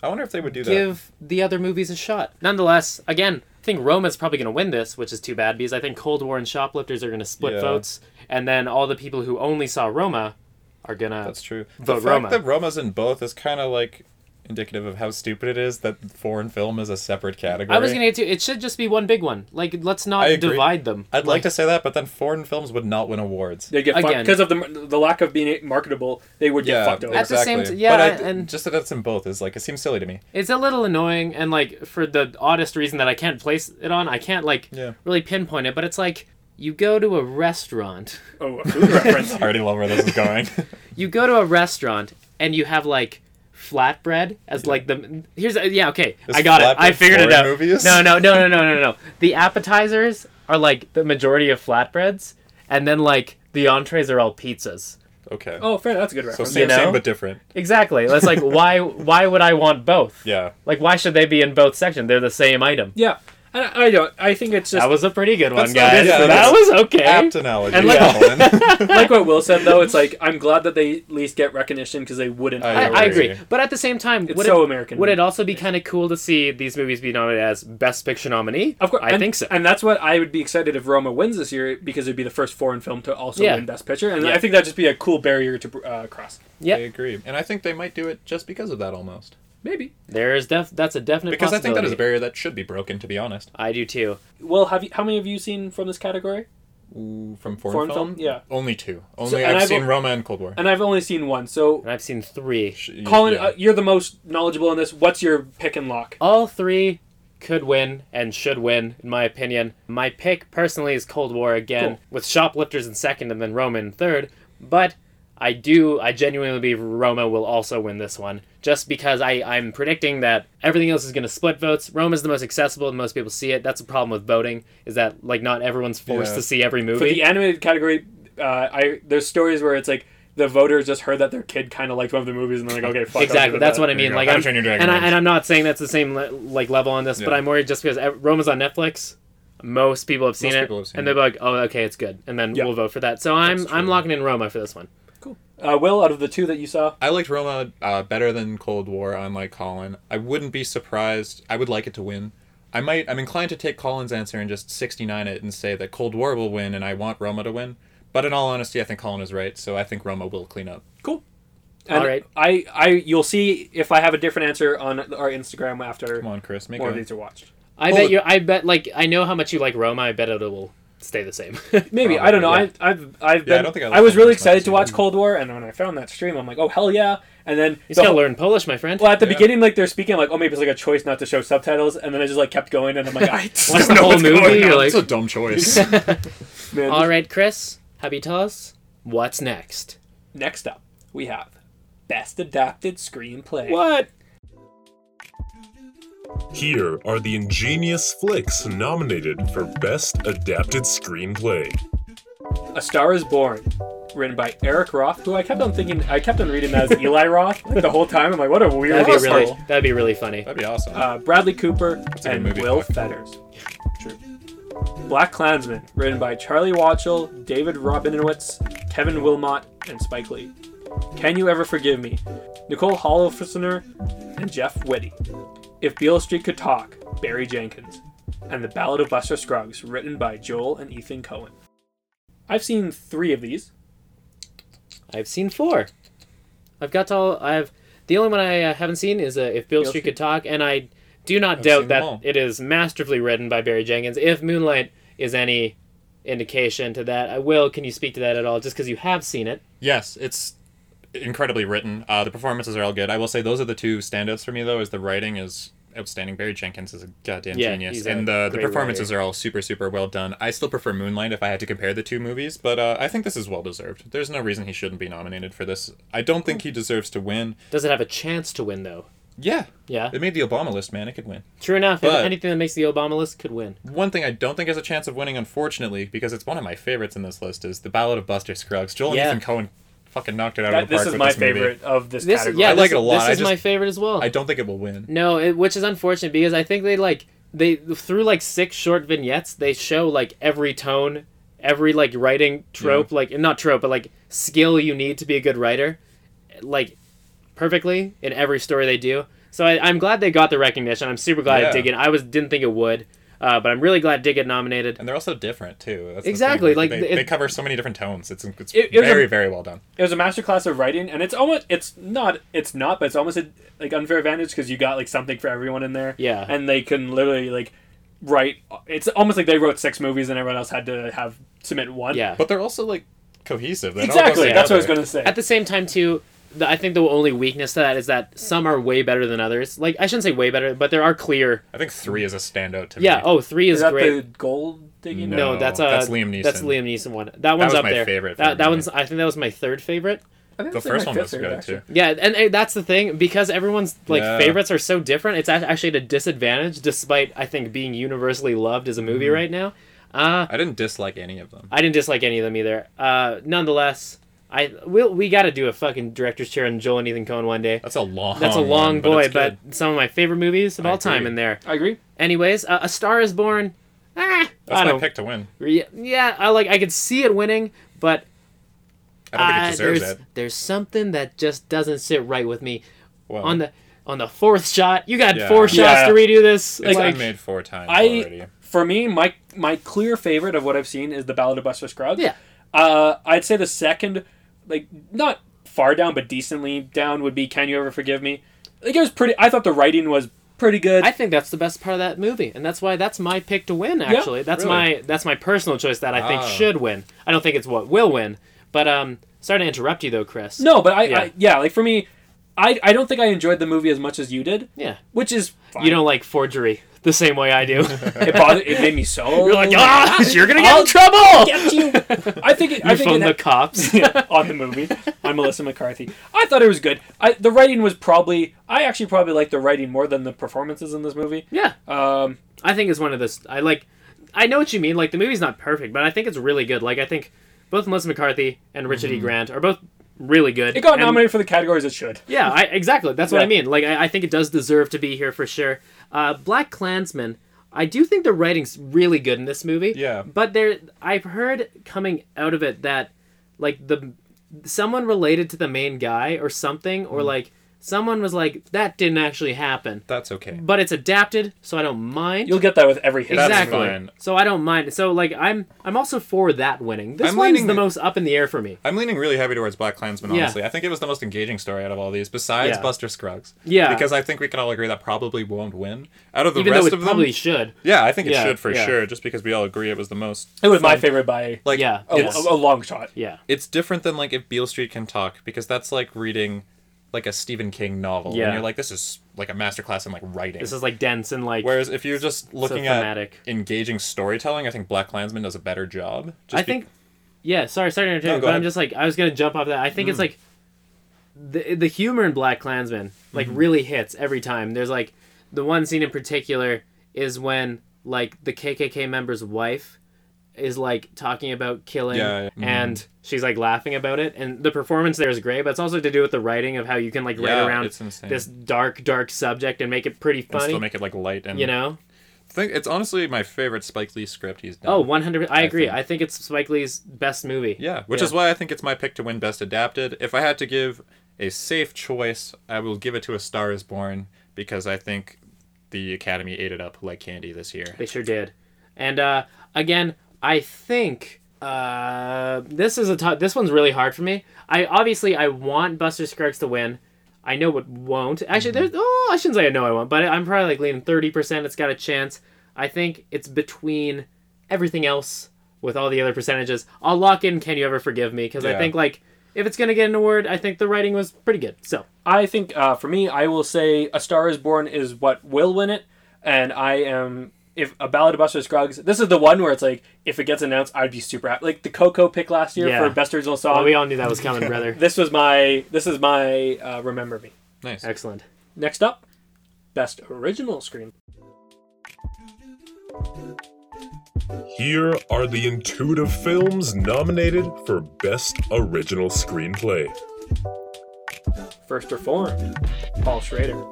S3: I wonder if they would do that.
S1: give the other movies a shot. Nonetheless, again, I think Roma's probably going to win this, which is too bad because I think Cold War and Shoplifters are going to split
S3: Yeah.
S1: votes, and then all the people who only saw Roma are gonna.
S3: That's true.
S1: But
S3: The fact
S1: Roma.
S3: that Roma's in both is kind of like indicative of how stupid it is that foreign film is a separate category.
S1: I was gonna get to. It should just be one big one. Like, let's
S3: I
S1: not
S3: agree.
S1: divide them.
S3: I'd like to say that, but then foreign films would not win awards.
S2: They get fucked
S1: Again.
S2: because of the the lack of being marketable. They would get
S3: Yeah,
S2: fucked over.
S1: At the same
S3: exactly.
S1: t- yeah,
S3: but I,
S1: and-
S3: just that it's in both is like it seems silly to me.
S1: It's a little annoying, and like for the oddest reason that I can't place it on, I can't like
S3: Yeah.
S1: really pinpoint it. But it's like you go to a restaurant.
S2: Oh, a food reference.
S3: I already love where this is going.
S1: You go to a restaurant and you have like flatbread as like the here's uh, yeah okay
S3: Is
S1: I got it I
S3: flatbread
S1: figured it
S3: foreign
S1: out.
S3: movies?
S1: No no no no no no no. The appetizers are like the majority of flatbreads, and then like the entrees are all pizzas.
S3: okay.
S2: Oh, fair. That's a good
S3: so
S2: reference.
S3: same,
S1: know?
S3: same but different.
S1: Exactly. That's like why why would I want both?
S3: Yeah.
S1: Like why should they be in both sections? They're the same item.
S2: yeah, I, I don't. I think it's just
S1: That was a pretty good one,
S3: That's not-
S1: guys.
S3: yeah,
S1: that
S3: that's-
S1: was okay.
S3: Apt analogy.
S1: And like-
S3: Colin.
S2: like what Will said though. It's like I'm glad that they at least get recognition because they wouldn't.
S1: I,
S3: I
S1: I agree,
S3: agree.
S1: but at the same time,
S2: It's
S1: would
S2: so
S1: it,
S2: American.
S1: Would it also be kind of cool to see these movies be nominated as Best Picture nominee?
S2: Of course,
S1: I
S2: and-
S1: think so.
S2: and that's what I would be excited if Roma wins this year because it'd be the first foreign film to also
S1: Yeah.
S2: win Best Picture, and
S1: Yeah.
S2: I think that'd just be a cool barrier to uh, cross.
S3: I
S1: yeah,
S3: agree, and I think they might do it just because of that almost.
S2: Maybe.
S1: there is def. That's a definite
S3: Because I think that is
S1: possibility.
S3: a barrier that should be broken, to be honest.
S1: I do too.
S2: Well, have you? How many have you seen from this category?
S3: Ooh, From foreign,
S2: Foreign
S3: film?
S2: film? Yeah.
S3: Only two. Only
S2: and
S3: I've,
S2: I've
S3: seen
S2: al-
S3: Roma and Cold War.
S2: And I've only seen one. So,
S1: And I've seen three.
S3: Sh-
S2: Colin,
S3: yeah.
S2: uh, you're the most knowledgeable on this. What's your pick and lock?
S1: All three could win and should win, in my opinion. My pick personally is Cold War again,
S2: Cool.
S1: with Shoplifters in second and then Roma in third. But I do, I genuinely believe Roma will also win this one, just because I, I'm predicting that everything else is going to split votes. Roma's the most accessible and most people see it. That's the problem with voting, is that, like, not everyone's forced
S3: Yeah.
S1: to see every
S2: For the
S1: movie.
S2: animated category, uh, I there's stories where it's like the voters just heard that their kid kind of liked one of the movies and they're like, okay, fuck.
S1: Exactly, that's what I
S3: There you
S1: mean.
S3: go.
S1: Like,
S3: How to
S1: I'm,
S3: Train Your Dragon
S1: and, I,
S3: wins.
S1: and I'm not saying that's the same le- like level on this, but
S3: Yeah.
S1: I'm worried just because ev- Roma's on Netflix, most people have seen
S3: Most
S1: it,
S3: people have seen
S1: and they're like, "Oh, okay, it's good," and then
S2: Yeah.
S1: we'll vote for that. So I'm I'm locking in Roma for this one.
S2: Uh, Will, out of the two that you saw,
S3: I liked Roma uh, better than Cold War, unlike Colin. I wouldn't be surprised. I would like it to win. I might. I'm inclined to take Colin's answer and just 69 it and say that Cold War will win, and I want Roma to win. But in all honesty, I think Colin is right, so I think Roma will clean up.
S2: cool. And
S1: All right.
S2: I, I, you'll see if I have a different answer on our Instagram after
S3: Come on, Chris, make
S2: more of
S3: it.
S2: these are watched.
S1: I
S3: Hold
S1: bet
S3: it.
S1: you. I bet like I know how much you like Roma. I bet it will stay the same.
S2: Maybe I don't know. I, I've I've been.
S3: Yeah,
S2: I,
S3: I don't think I
S2: was really
S3: liked it as much
S2: excited
S3: as
S2: to
S3: you
S2: watch
S3: did.
S2: Cold War, and when I found that stream, I'm like, oh hell yeah! And then
S1: you
S2: the
S1: just gotta
S2: whole-
S1: learn Polish, my friend.
S2: well, at the
S3: Yeah.
S2: beginning, like they're speaking, like oh maybe it's like a choice not to show subtitles, and then I just like kept going, and I'm like, I
S1: Watch
S2: don't
S1: the
S2: know
S1: whole
S2: what's
S1: movie.
S2: going on.
S1: You're like,
S3: That's a dumb choice.
S2: Man,
S1: all right, Chris, have you tell us what's next?
S2: Next up, we have best adapted screenplay.
S1: What?
S4: Here are the ingenious flicks nominated for Best Adapted Screenplay.
S2: A Star Is Born, written by Eric Roth, who I kept on thinking, I kept on reading that as Eli Roth like, the whole time. I'm like, what a weird
S1: That'd be
S2: asshole.
S1: really. That'd be really funny.
S3: That'd be awesome.
S2: uh, Bradley Cooper
S3: a good
S2: and
S3: movie
S2: Will
S3: talk.
S2: Fetters. True. Black Klansman, written by Charlie Watchell, David Robinowitz, Kevin Wilmot, and Spike Lee. Can You Ever Forgive Me? Nicole Holofcener and Jeff Whitty. If Beale Street Could Talk, Barry Jenkins. And The Ballad of Buster Scruggs, written by Joel and Ethan Cohen. I've seen three of these.
S1: I've seen four. I've got to all. I've the only one I uh, haven't seen is uh, if Bill
S2: Beale
S1: Street
S2: Street.
S1: could talk, and I do not
S3: seen
S1: doubt
S3: them
S1: that
S3: all.
S1: it is masterfully written by Barry Jenkins. If Moonlight is any indication to that, I will. Can you speak to that at all? Just because you have seen it,
S3: Yes, it's incredibly written. Uh, the performances are all good. I will say those are the two standouts for me though. Is the writing is outstanding. Barry Jenkins is a goddamn
S1: Yeah, he's
S3: genius,
S1: a
S3: and the the
S1: great
S3: performances are all super super well done. I still prefer Moonlight if I had to compare the two movies, but uh, I think this is well deserved. There's no reason he shouldn't be nominated for this. I don't think he deserves to win.
S1: does it have a chance to win though?
S3: Yeah,
S1: Yeah.
S3: it made the Obama list, man. It could win.
S1: True enough. if
S3: But-
S1: anything that makes the Obama list could win.
S3: One thing I don't think has a chance of winning, unfortunately, because it's one of my favorites in this list, is the Ballad of Buster Scruggs. Joel
S1: Yeah.
S3: and Ethan Cohen fucking knocked it out of
S2: That,
S3: the park.
S2: this is
S3: with
S2: my
S3: this movie.
S2: favorite of this,
S1: This,
S2: category.
S1: yeah,
S3: I like
S1: this-
S3: it a lot.
S1: This
S3: I
S1: is my
S3: just-
S1: favorite as well.
S3: I don't think it will win.
S1: No, it, which is unfortunate because I think they like they through like six short vignettes they show like every tone, every like writing trope, like not trope but like skill you need to be a good writer, like perfectly in every story they do. So I, I'm glad they got the recognition. I'm super glad
S3: Yeah.
S1: it did get. I was didn't think it would, uh, but I'm really glad it did get nominated.
S3: and they're also different too. That's the thing,
S1: Exactly, like,
S3: they,
S1: it-
S3: they cover so many different tones. It's, it's
S2: It- it was
S3: very
S2: a-
S3: very well done.
S2: it was a masterclass of writing, and it's almost it's not it's not, but it's almost a like unfair advantage because you got like something for everyone in there.
S1: Yeah.
S2: and they can literally like write. It's almost like they wrote six movies, and everyone else had to have submit one.
S1: Yeah.
S3: But they're also like cohesive. They
S2: exactly. That's what I was gonna say.
S1: At the same time, too, the, I think the only weakness to that is that some are way better than others. Like I shouldn't say way better, but there are clear.
S3: I think three is a standout to me.
S1: Yeah. Oh, three is,
S2: Is that
S1: great.
S2: the gold digging?
S1: No,
S3: No,
S1: that's uh,
S3: that's Liam Neeson.
S1: That's Liam Neeson one. That one's
S3: was
S1: up
S3: my
S1: there.
S3: favorite for
S1: That, that
S3: me.
S1: one's. I think that was my third favorite.
S2: I think
S3: the
S2: that's
S3: first
S2: my
S3: one
S2: fifth
S3: was
S2: favorite,
S3: good
S2: actually.
S3: too.
S1: Yeah, and uh, that's the thing because everyone's like
S3: Yeah.
S1: favorites are so different. It's act- actually at a disadvantage, despite I think being universally loved as a
S3: Mm-hmm.
S1: movie right now. Uh,
S3: I didn't dislike any of them.
S1: I didn't dislike any of them either. Uh, nonetheless, I we'll, we got to do a fucking director's chair on Joel and Ethan Cohen one day.
S3: That's a long.
S1: That's a long
S3: one,
S1: boy,
S3: it's
S1: but,
S3: good.
S1: some of my favorite movies of
S3: I
S1: all time
S3: agree.
S1: in there.
S2: I agree.
S1: Anyways, uh, A Star Is Born. Ah, I
S3: that's my
S1: don't.
S3: pick to win.
S1: Re- Yeah, I like. I could see it winning, but
S3: I don't think it
S1: Uh,
S3: deserves
S1: there's,
S3: it.
S1: There's something that just doesn't sit right with me.
S3: Well,
S1: On the on the fourth shot, you got
S3: Oh. Yeah.
S1: four shots
S2: Yeah.
S1: to redo this.
S3: it's
S1: like,
S3: been made four times
S2: I
S3: already.
S2: for me, my my clear favorite of what I've seen is the Ballad of Buster Scruggs.
S1: Yeah.
S2: Uh, I'd say the second, like not far down, but decently down would be Can You Ever Forgive Me? Like it was pretty. I thought the writing was pretty good.
S1: I think that's the best part of that movie, and that's why that's my pick to win. Actually, that's
S3: really.
S1: my that's my personal choice that I think
S3: Ah.
S1: should win. I don't think it's what will win, but um, sorry to interrupt you though, Chris.
S2: no, but I yeah.
S1: Yeah.
S2: I yeah, like for me, I I don't think I enjoyed the movie as much as you did,
S1: Yeah.
S2: which is fine.
S1: You don't like forgery. the same way I do.
S2: It bothered. It made me so.
S1: You're
S3: Oh
S1: like, ah, you're gonna get
S2: I'll
S1: in trouble.
S2: get you. I think. It, I
S1: You
S2: think
S1: phone
S2: it
S1: the cops.
S2: yeah, on the movie by Melissa McCarthy. I thought it was good. I, the writing was probably I actually probably liked the writing more than the performances in this movie.
S1: yeah,
S2: Um,
S1: I think it's one of the. I like. I know what you mean. Like the movie's not perfect, but I think it's really good. Like I think both Melissa McCarthy and Richard E. Grant are both really good.
S2: it got
S1: and-
S2: nominated for the categories it should.
S1: Yeah, I, exactly. That's what I
S2: Yeah.
S1: mean. Like, I, I think it does deserve to be here for sure. Uh, Black Klansman. I do think the writing's really good in this movie.
S3: Yeah.
S1: But there, I've heard coming out of it that, like the, someone related to the main guy or something, or like someone was like that didn't actually happen,
S3: That's okay.
S1: but it's adapted, so I don't mind.
S2: You'll get that with every hit.
S3: That's
S1: exactly.
S3: fine.
S1: So I don't mind. So like I'm, I'm also for that winning. This
S3: I'm
S1: one's
S3: leaning-
S1: the most up in the air for me.
S3: I'm leaning really heavy towards Black Klansman,
S1: Yeah.
S3: honestly. I think it was the most engaging story out of all these, besides
S1: Yeah.
S3: Buster Scruggs.
S1: Yeah.
S3: Because I think we can all agree that probably won't win. Out of the
S1: Even though
S3: rest
S1: it
S3: of them.
S1: probably should.
S3: Yeah, I think it
S1: Yeah,
S3: should for
S1: yeah.
S3: sure, just because we all agree it was the most.
S2: It was my favorite by
S3: Like,
S1: Yeah. Oh,
S2: a,
S3: it's,
S2: a- a long shot.
S1: Yeah.
S3: it's different than, like, if Beale Street Can Talk, because that's like reading, like, a Stephen King novel.
S1: Yeah.
S3: And you're like, this is, like, a masterclass in, like, writing.
S1: This is like dense and like.
S3: Whereas if you're just looking at
S1: thematic.
S3: engaging storytelling, I think Black Klansman does a better job. Just
S1: I
S3: be-
S1: think, yeah. Sorry, sorry to interrupt,
S3: No,
S1: you,
S3: go
S1: but I'm
S3: ahead. Hmm.
S1: just like I was gonna jump off that. I think it's like the the humor in Black Klansman like
S3: Hmm.
S1: really hits every time. There's like the one scene in particular is when like the KKK member's wife is like talking about killing
S3: Yeah, yeah. Mhm.
S1: and she's like laughing about it and the performance there is great but it's also to do with the writing of how you can like
S3: Yeah,
S1: write around
S3: it's insane.
S1: this dark dark subject and make it pretty
S3: and
S1: funny
S3: still make it, like, light and.
S1: you know
S3: I think it's honestly my favorite Spike Lee script he's done.
S1: oh 100 i agree
S3: think-
S1: i think it's spike lee's best movie
S3: Yeah, which
S1: Yeah.
S3: is why I think it's my pick to win Best Adapted. If I had to give a safe choice, I will give it to A Star Is Born because I think the Academy ate it up like candy this year.
S1: They sure did. And uh, again, I think uh, this is a tough. This one's really hard for me. I obviously I want Buster Scruggs to win. I know it won't. Actually, there's. Oh, I shouldn't say I know I won't, but I'm probably like leaning thirty percent. It's got a chance. I think it's between everything else with all the other percentages. I'll lock in. Can you ever forgive me? Because I
S3: Yeah.
S1: think like if it's gonna get an award, I think the writing was pretty good. So
S2: I think uh, for me, I will say A Star Is Born is what will win it, and I am if a Ballad of Buster Scruggs. This is the one where it's like if it gets announced, I'd be super happy. Like the Coco pick last year
S1: Yeah.
S2: for Best Original Song.
S1: well, we all knew that was coming, brother.
S2: this was my this is my uh, remember me.
S3: Nice.
S1: Excellent.
S2: Next up, best original screen.
S4: Here are the intuitive films nominated for Best Original Screenplay.
S2: First Reform, Paul Schrader.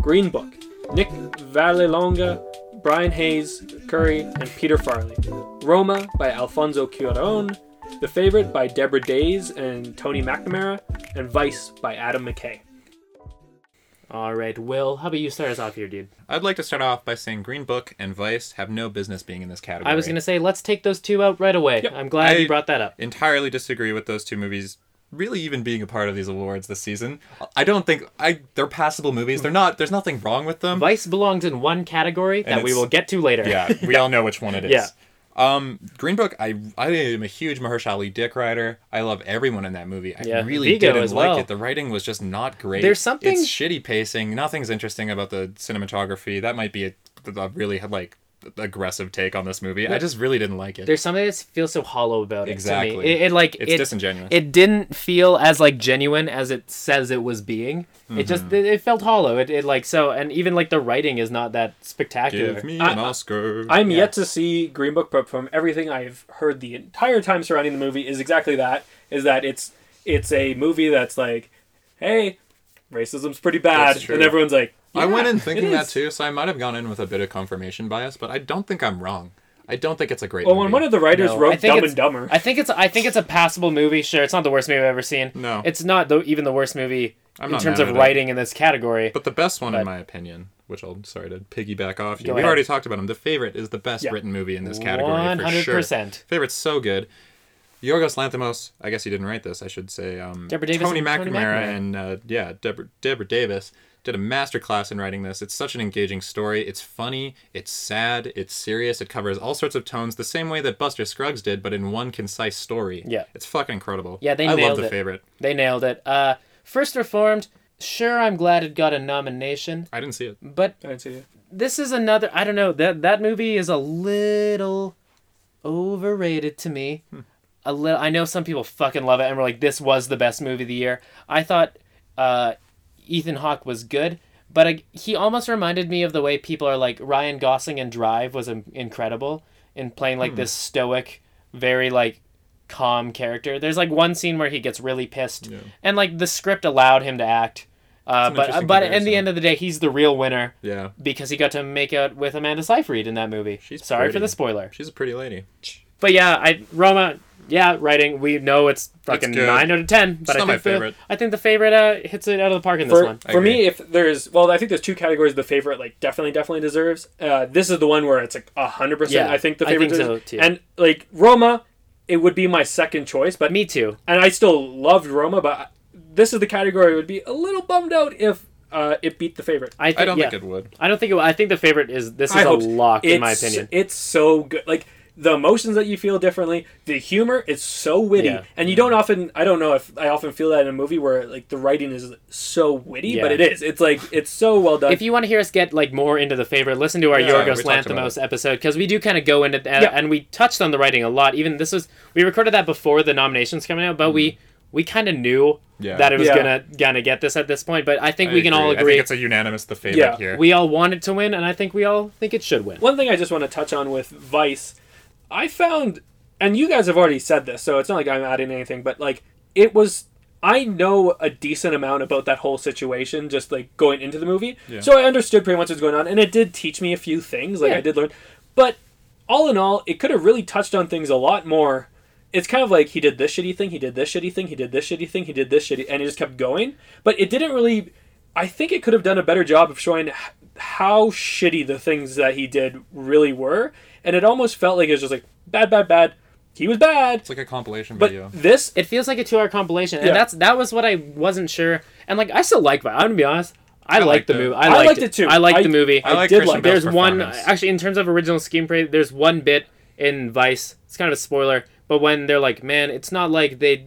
S2: Green Book, Nick Vallelonga, Brian Hayes, Curry, and Peter Farley. Roma by Alfonso Cuaron. The Favorite by Deborah Days and Tony McNamara. And Vice by Adam McKay.
S1: All right, Will. How about you start us off here, dude?
S3: I'd like to start off by saying Green Book and Vice have no business being in this category.
S1: I was gonna say let's take those two out right away. I'm glad you
S3: I-
S1: brought that up.
S3: entirely disagree with those two movies really even being a part of these awards this season. I don't think I they're passable movies.
S1: Hmm.
S3: They're not there's nothing wrong with them.
S1: Vice belongs in one category that we
S3: it's-
S1: will get to later.
S3: yeah, we all know which one it is.
S1: Yeah.
S3: Um, Green Book, I I am a huge Mahershala Ali Dick rider. I love everyone in that movie. I
S1: Yeah,
S3: really
S1: Vigo
S3: didn't
S1: as
S3: like
S1: well.
S3: it. The writing was just not great.
S1: There's something-
S3: It's shitty pacing. Nothing's interesting about the cinematography. That might be a, a really like aggressive take on this movie. I just really didn't like it.
S1: There's something that feels so hollow about it to
S3: Exactly.
S1: me. It, it like
S3: It's
S1: it,
S3: disingenuous.
S1: It didn't feel as like genuine as it says it was being. It
S3: Mm-hmm.
S1: just it, it felt hollow. It, it like so and even like the writing is not that spectacular.
S3: Give me
S2: I-
S3: an Oscar.
S2: I'm yet to see Green Book, but from everything I've heard the entire time surrounding the movie is exactly that. Is that it's it's a movie that's like, hey, racism's pretty bad,
S3: That's true.
S2: and everyone's like,
S3: I went
S2: "Yeah,
S3: in
S2: it
S3: thinking that
S2: is."
S3: too, so I might have gone in with a bit of confirmation bias, but I don't think I'm wrong. I don't think it's a great
S2: Well,
S3: movie.
S2: when one of the writers
S1: No, I
S2: wrote
S1: think
S2: Dumb
S1: it's-
S2: and Dumber,
S1: I think it's I think it's a passable movie. Sure, it's not the worst movie I've ever seen.
S3: No.
S1: it's not the, even the worst movie
S3: I'm
S1: in
S3: not
S1: terms
S3: mad
S1: of
S3: at it.
S1: writing in this category.
S3: But the best one, in my opinion, which I'll sorry to piggyback off you.
S1: Go
S3: We've
S1: ahead.
S3: already talked about him. The favorite is the best
S2: Yeah.
S3: written movie in this category for sure.
S1: 100%.
S3: Favorite's so good. Yorgos Lanthimos. I guess he didn't write this. I should say. Um,
S1: Deborah Davis
S3: Tony
S1: and
S3: McNamara
S1: Tony McNamara.
S3: and uh, yeah, Deborah, Deborah Davis did a masterclass in writing this. It's such an engaging story. It's funny. It's sad. It's serious. It covers all sorts of tones, the same way that Buster Scruggs did, but in one concise story.
S1: Yeah.
S3: it's fucking incredible.
S1: Yeah, they
S3: I love
S1: nailed
S3: the
S1: it.
S3: favorite.
S1: They nailed it. Uh, First Reformed, sure, I'm glad it got a nomination,
S3: I didn't see it.
S1: but
S2: I didn't see it.
S1: this is another I don't know that that movie is a little overrated to me.
S3: Hmm.
S1: A little I know some people fucking love it and were like this was the best movie of the year. I thought uh, Ethan Hawke was good, but I, he almost reminded me of the way people are like Ryan Gosling in Drive was in, incredible in playing
S3: Hmm.
S1: like this stoic, very like calm character. There's like one scene where he gets really pissed and like the script allowed him to act. Uh,
S3: an
S1: but
S3: interesting
S1: but in the
S3: comparison.
S1: end of the day, he's the real winner
S3: Yeah.
S1: because he got to make out with Amanda Seyfried in that movie.
S3: She's
S1: Sorry for
S3: pretty.
S1: the spoiler.
S3: She's a pretty lady.
S1: But yeah, I Roma, yeah, writing. We know it's fucking
S3: good.
S1: nine out of ten. But I
S3: not
S1: think
S3: my
S1: the,
S3: favorite.
S1: I think the favorite uh, hits it out of the park in this
S2: for,
S1: one.
S3: I
S2: for me
S3: agree.
S2: if there's well i think there's two categories the favorite like definitely definitely deserves uh, this is the one where it's like 100%
S1: Yeah,
S2: i think the
S1: I think
S2: favorite deserves.
S1: so, too.
S2: and like roma it would be my second choice but
S1: Me too.
S2: and i still loved roma but this is the category i would be a little bummed out if uh, it beat the favorite
S1: I, think,
S3: I don't
S1: yeah.
S3: think it would.
S1: I don't think it. will- I think the favorite is this is
S2: I
S1: a
S2: hope-
S1: lock in my
S2: it's-
S1: opinion.
S2: It's so good. Like the emotions that you feel differently, the humor is so witty,
S1: Yeah.
S2: and you don't often. I don't know if I often feel that in a movie where like the writing is so witty, but
S1: Yeah.
S2: it is. It's like it's so well done.
S1: If you want to hear us get like more into the favorite, listen to our
S3: Yeah, we
S1: Yorgos
S3: talked about
S1: Lanthimos episode because we do kind of go into that,
S2: Yeah.
S1: and we touched on the writing a lot. Even this was we recorded that before the nominations coming out, but we we kind of knew
S3: Mm-hmm. Yeah.
S1: that it was
S2: Yeah.
S1: gonna gonna get this at this point. But I think we can all
S3: I
S1: agree
S3: think it's a unanimous the favorite
S2: Yeah.
S3: here.
S1: we all want it to win, and I think we all think it should win.
S2: One thing I just want to touch on with Vice, I found, and you guys have already said this, so it's not like I'm adding anything, but like it was. I know a decent amount about that whole situation, just like going into the movie. So I understood pretty much what's going on, and it did teach me a few things. Like
S1: Yeah.
S2: I did learn, but all in all, it could have really touched on things a lot more. It's kind of like he did this shitty thing, he did this shitty thing, he did this shitty thing, he did this shitty, and it just kept going. But it didn't really. I think it could have done a better job of showing h- how shitty the things that he did really were, and it almost felt like it was just like bad, bad, bad. He was bad,
S3: It's like a compilation
S2: but
S3: video.
S2: this
S1: It feels like a two-hour compilation, and
S2: Yeah.
S1: that's that was what I wasn't sure. And like, I still like. Vi- I'm gonna be honest. I, liked,
S3: liked
S1: the
S3: it.
S1: movie.
S2: I
S1: I liked,
S2: liked it too.
S1: I liked the
S2: I-
S1: movie.
S2: I did like-
S1: there's one
S3: performance.
S1: actually in terms of original screenplay there's one bit in vice it's kind of a spoiler but when they're like man it's not like they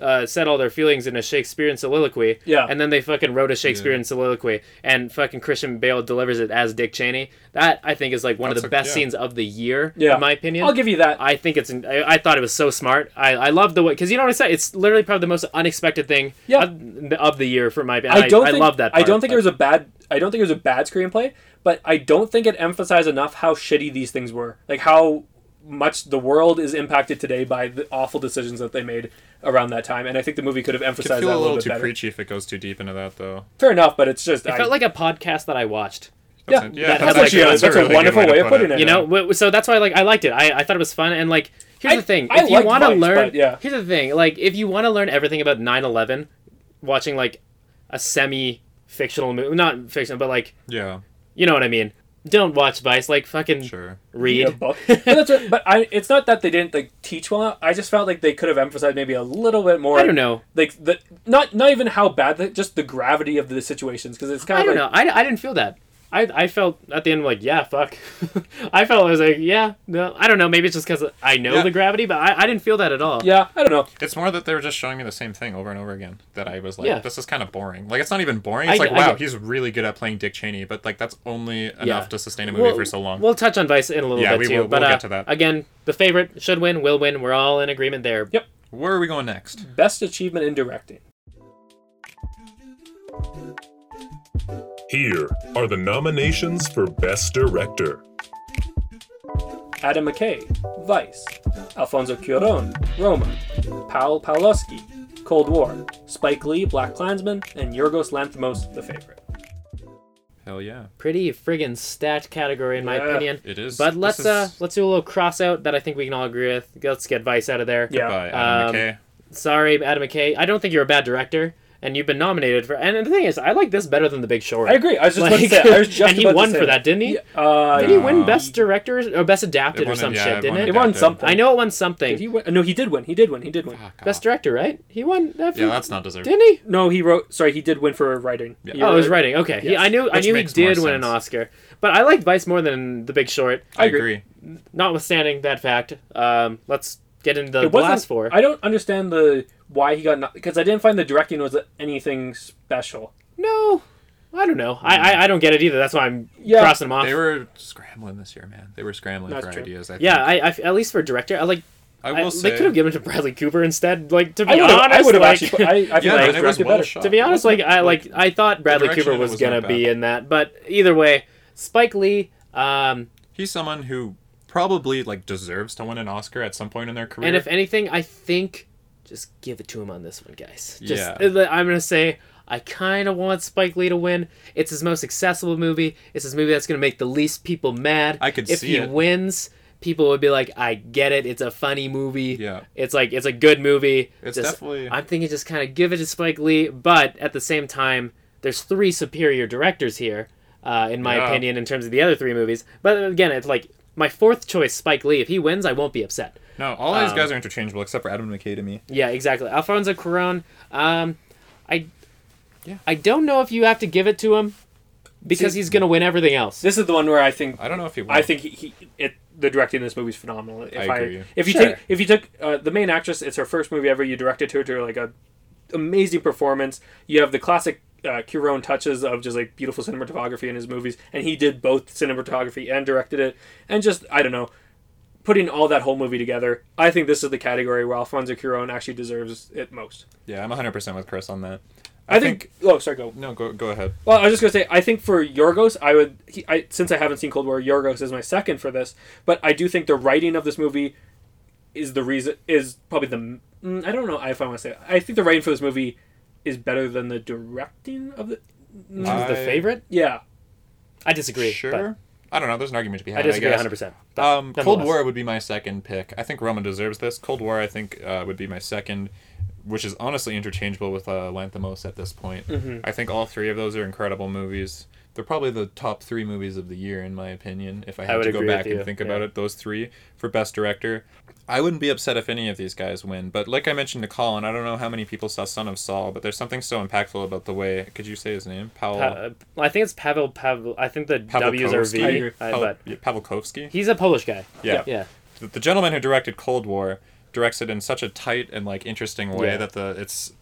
S1: uh, said all their feelings in a shakespearean soliloquy
S2: Yeah.
S1: and then they fucking wrote a shakespearean soliloquy and fucking christian bale delivers it as dick cheney that i think is like one of
S3: That's
S1: the
S3: a-
S1: best
S3: yeah.
S1: scenes of the year
S2: Yeah.
S1: in my opinion
S2: I'll give you that.
S1: I think it's. I, I thought it was so smart. I, I love the way because you know what I say. It's literally probably the most unexpected thing
S2: Yeah.
S1: of, of the year for my. and
S2: I don't.
S1: I,
S2: think,
S1: love that.
S2: I don't think
S1: it
S2: it was a bad. I don't think it was a bad screenplay, but I don't think it emphasized enough how shitty these things were. Like how much the world is impacted today by the awful decisions that they made around that time, and I think the movie could have
S3: Could
S2: emphasized
S3: feel
S2: that
S3: a little
S2: bit
S3: too
S2: better.
S3: preachy if it goes too deep into that, though.
S2: Fair enough, but it's just.
S1: It
S2: I,
S1: felt like a podcast that I watched.
S2: yeah,
S3: yeah,
S1: that-
S2: that's,
S1: that's
S2: actually
S1: like-
S2: a,
S1: that's
S2: that's
S1: a
S2: a,
S3: really good
S2: wonderful
S3: way to
S2: way of
S3: put
S2: putting
S3: it.
S2: it.
S1: you know w- so that's why like i liked it i, I thought it was fun and like here's
S2: I-
S1: the thing
S2: I
S1: if you
S2: liked
S1: want to
S2: Vice,
S1: learn
S2: but, yeah.
S1: here's the thing like if you want to learn everything about 9-11 watching like a semi fictional movie not fictional but like
S3: Yeah,
S1: you know what i mean don't watch vice like fucking
S3: sure.
S1: read
S2: Yeah, book. but, that's what, but I, it's not that they didn't like teach well. enough. I just felt like they could have emphasized maybe a little bit more.
S1: i don't know
S2: Like the not not even how bad, the, just the gravity of the situations because it's kind
S1: i
S2: of
S1: don't
S2: like
S1: know I, I didn't feel that I, I felt at the end like yeah fuck i felt i was like yeah no i don't know maybe it's just because i know
S3: Yeah.
S1: the gravity but I, I didn't feel that at all
S2: yeah, I don't know.
S3: It's more that they were just showing me the same thing over and over again. That I was like,
S1: Yeah.
S3: this is kind of boring. Like, it's not even boring.
S1: I
S3: It's like,
S1: get- I
S3: wow,
S1: get-
S3: he's really good at playing Dick Cheney, but like that's only enough
S1: Yeah.
S3: to sustain a movie
S1: we'll,
S3: for so long.
S1: We'll touch on Vice in a little
S3: Yeah,
S1: bit
S3: we
S1: too.
S3: will-
S1: but
S3: we'll
S1: uh,
S3: get to that.
S1: again, the favorite should win, will win. We're all in agreement there.
S2: Yep.
S3: Where are we going next?
S2: Best achievement in directing.
S4: Here are the nominations for Best Director.
S2: Adam McKay, Vice, Alfonso Cuaron, Roma, Paul Pawlowski, Cold War, Spike Lee, Black Klansman, and Yorgos Lanthimos, The Favorite.
S3: Hell yeah.
S1: Pretty friggin' stat category in my
S2: Yeah.
S1: opinion.
S3: It is.
S1: But let's
S3: This
S1: uh
S3: is-
S1: let's do a little cross out that I think we can all agree with. Let's get Vice out of there.
S2: Yeah.
S3: By Adam
S1: Um,
S3: McKay.
S1: Sorry, Adam McKay. I don't think you're a bad director. And you've been nominated for, and the thing is, I like this better than The Big Short.
S2: I agree. I was just about to say- I was just
S1: and he
S2: about to
S1: won
S2: say
S1: for that,
S2: that.
S1: didn't he?
S2: Uh,
S1: Did he
S3: No.
S1: win Best Director or Best Adapted or
S3: Um, It won it-
S1: some
S3: yeah,
S1: shit?
S3: it
S1: Didn't
S3: won
S1: it?
S2: It won
S3: Adapted.
S2: something.
S1: I know it won something.
S2: Did he win? No, he did win. He did win. He did win.
S3: Fuck
S1: Best
S3: off.
S1: Director, right? He won that.
S3: Yeah,
S1: for-
S3: that's not deserved.
S1: Didn't he?
S2: No, he wrote. Sorry, he did win for writing.
S3: Yeah.
S1: Oh, it was writing. Okay, he, I knew I
S3: Which
S1: knew he
S3: makes more
S1: did win an
S3: sense.
S1: Oscar, but I liked Vice more than The Big Short.
S3: I
S2: I agree.
S3: agree.
S1: Notwithstanding that fact, um, let's get into the
S2: It wasn't.
S1: last four.
S2: I don't understand the why he got because I didn't find the directing was anything special.
S1: no, I don't know. I, I I don't get it either. That's why I'm
S2: Yeah.
S1: crossing them off.
S3: They were scrambling this year, man. They were scrambling
S2: That's
S3: for
S2: true.
S3: ideas. I think.
S1: yeah, I, I at least for a director, I like.
S3: I
S1: I
S3: will say
S1: they could have given it to Bradley Cooper instead. Like to be
S2: I would have.
S1: honest,
S2: I would have
S1: like,
S2: actually. Put, I, I feel
S3: Yeah,
S2: like
S3: and it was
S2: directed
S3: well
S2: better.
S3: shot.
S1: to be honest, like I like I thought Bradley
S3: direction
S1: Cooper
S3: of it
S1: was
S3: was
S1: gonna
S3: not
S1: be
S3: bad.
S1: in that, but either way, Spike Lee. Um,
S3: he's someone who probably like deserves to win an Oscar at some point in their career.
S1: and if anything, I think just give it to him on this one, guys. Just uh,
S3: Yeah.
S1: I'm gonna say I kind of want Spike Lee to win. It's his most accessible movie. It's his movie that's gonna make the least people mad.
S3: I could
S1: if
S3: see
S1: he
S3: it.
S1: wins. People would be like, "I get it. It's a funny movie.
S3: Yeah.
S1: it's like it's a good movie.
S3: It's
S1: Just-
S3: definitely-
S1: I'm thinking just kind of give it to Spike Lee, but at the same time, there's three superior directors here, uh, in my
S3: Yeah.
S1: opinion, in terms of the other three movies. But again, it's like my fourth choice, Spike Lee. If he wins, I won't be upset.
S3: no, all
S1: um,
S3: these guys are interchangeable except for Adam McKay to me.
S1: Yeah, exactly. Alfonso Cuarón. Um, I,
S3: Yeah.
S1: I don't know if you have to give it to him, because
S2: See-
S1: he's gonna win everything else.
S2: This is the one where I think
S3: I don't know if he. Will.
S2: I think he, he it the directing in this movie is phenomenal. If
S3: I agree.
S2: if you
S1: Sure.
S2: take if you took uh, the main actress, it's her first movie ever. You directed her to like a amazing performance. You have the classic uh, Cuarón touches of just like beautiful cinematography in his movies, and he did both cinematography and directed it. And just I don't know, putting all that whole movie together, I think this is the category where Alfonso Cuarón actually deserves it most.
S3: Yeah, I'm 100 percent with Chris on that.
S2: I, think, Oh, sorry, go.
S3: No, go go ahead.
S2: Well, I was just gonna say, I think for Yorgos, I would he, I since I haven't seen Cold War, Yorgos is my second for this, but I do think the writing of this movie is the reason is probably the mm, I don't know if I want to say it. I think the writing for this movie is better than the directing of the
S1: This is the
S3: I-
S1: favorite?
S2: yeah
S1: I disagree.
S3: Sure. I don't know. There's an argument to be
S1: But I
S3: had. I,
S1: disagree
S3: guess.
S1: 100. percent
S3: Um, Cold
S1: nonetheless.
S3: War would be my second pick. I think Roma deserves this. Cold War, I think, uh, would be my second, which is honestly interchangeable with uh, Lanthimos at this point.
S1: Mm-hmm.
S3: I think all three of those are incredible movies. They're probably the top three movies of the year, in my opinion. If I had
S1: would
S3: to go
S1: agree with
S3: back
S1: you,
S3: and think about
S1: yeah.
S3: it, those three for best director, I wouldn't be upset if any of these guys win. But like I mentioned to Colin, I don't know how many people saw Son of Saul, but there's something so impactful about the way. Could you say his name? Powell.
S1: Pa- I think it's Pavel Pavel. I think the W's are V.
S3: Pawlikowski?
S2: I agree.
S1: uh,
S3: Pavel-
S1: but
S3: yeah, Pawlikowski?
S1: he's a Polish guy.
S3: yeah
S1: Yeah.
S3: the, the gentleman who directed Cold War directs it in such a tight and like interesting way
S1: Yeah.
S3: that the it's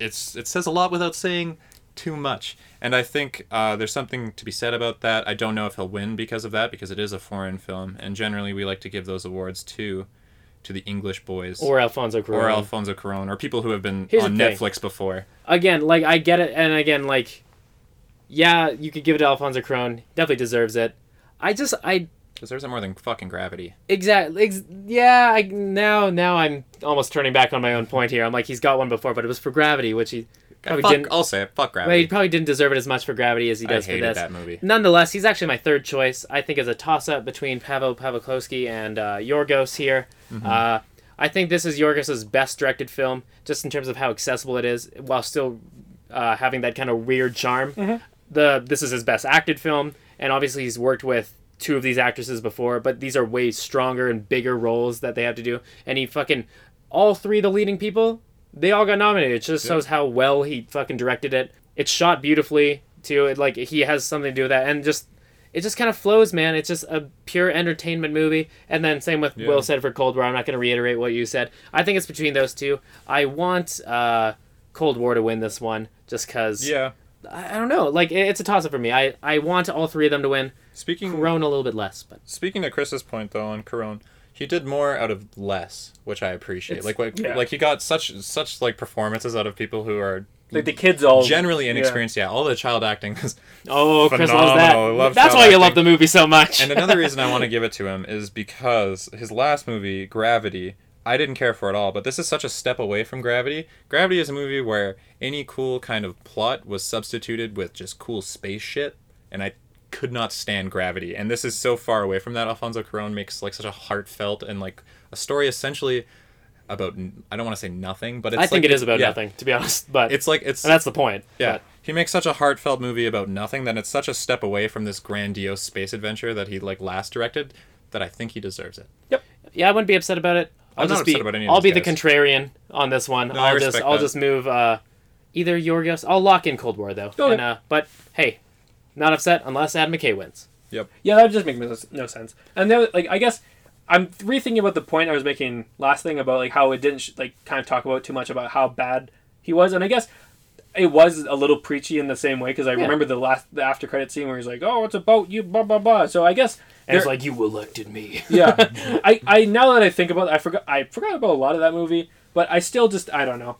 S3: it's it says a lot without saying too much. And I think uh, there's something to be said about that. I don't know if he'll win because of that because it is a foreign film, and generally we like to give those awards to to the English boys
S1: Or Alfonso Cuarón.
S3: or Alfonso Cuarón or people who have been
S1: Here's
S3: on
S1: the thing.
S3: Netflix before.
S1: again, like I get it, and again, like, yeah, you could give it to Alfonso Cuarón. Definitely deserves it. I just, I
S3: Deserves it more than fucking Gravity.
S1: exactly, ex- yeah. I now, now I'm almost turning back on my own point here. I'm like, he's got one before, but it was for Gravity, which he probably
S3: fuck,
S1: didn't.
S3: I'll say it. Fuck
S1: Well, he
S3: Gravity.
S1: probably didn't deserve it as much for Gravity as he
S3: I
S1: does for
S3: hated
S1: this.
S3: that movie.
S1: Nonetheless, he's actually my third choice. I think it's a toss-up between Pavel Pavlikovsky and uh, Yorgos here.
S3: Mm-hmm.
S1: Uh, I think this is Yorgos' best directed film, just in terms of how accessible it is, while still uh, having that kind of weird charm. The this is his best acted film, and obviously he's worked with two of these actresses before, but these are way stronger and bigger roles that they have to do. And he fucking all three of the leading people, they all got nominated. It just shows how well he fucking directed it. It's shot beautifully too. It like he has something to do with that, and just it just kind of flows, man. It's just a pure entertainment movie. And then same with Will said for Cold War. I'm not going to reiterate what you said. I think it's between those two. I want uh, Cold War to win this one, just because.
S3: yeah.
S1: I, I don't know. Like it- it's a toss up for me. I I want all three of them to win.
S3: Speaking
S1: Roan a little bit less, but
S3: Speaking to Chris's point though on Corone, he did more out of less, which I appreciate.
S2: It's-
S3: like what,
S2: yeah.
S3: like he got such such like performances out of people who are
S2: like the kids all
S3: generally
S2: Oh, yeah.
S3: inexperienced. Yeah, all the child acting. is-
S1: oh, Chris loves
S3: Phenomenal.
S1: that.
S3: I love
S1: That's
S3: child
S1: why you
S3: acting.
S1: love the movie so much.
S3: and another reason I want to give it to him is because his last movie, Gravity, I didn't care for at all, but this is such a step away from Gravity. Gravity is a movie where any cool kind of plot was substituted with just cool space shit, and I could not stand Gravity. And this is so far away from that. Alfonso Cuarón makes like such a heartfelt and like a story essentially about n- I don't want to say nothing, but it's
S1: I think
S3: like-
S1: it is about
S3: yeah,
S1: nothing, to be honest. But
S3: It's like it's
S1: and that's the point.
S3: yeah.
S1: But-
S3: He makes such a heartfelt movie about nothing that it's such a step away from this grandiose space adventure that he like last directed that I think he deserves it.
S1: Yeah, I wouldn't be upset about it. I'll
S3: I'm not
S1: just be,
S3: upset about any of
S1: I'll be
S3: these
S1: the
S3: guys.
S1: contrarian on this one.
S3: I
S1: I'll just
S3: respect
S1: I'll
S3: that.
S1: just move uh, either Yorgos. I'll lock in Cold War though.
S2: Okay.
S1: And, uh, but hey, not upset unless Adam McKay wins.
S3: Yep.
S2: Yeah, that would just make no no sense. And then, like, I guess I'm rethinking about the point I was making last thing about like how it didn't sh- like kind of talk about too much about how bad he was, and I guess it was a little preachy in the same way because I
S1: Yeah.
S2: remember the last the after credit scene where he's like, "Oh, it's about you, blah blah blah." So I guess
S1: And it's
S2: there-
S1: like you elected me.
S2: yeah, I, I now that I think about it, I forgot I forgot about a lot of that movie, but I still just I don't know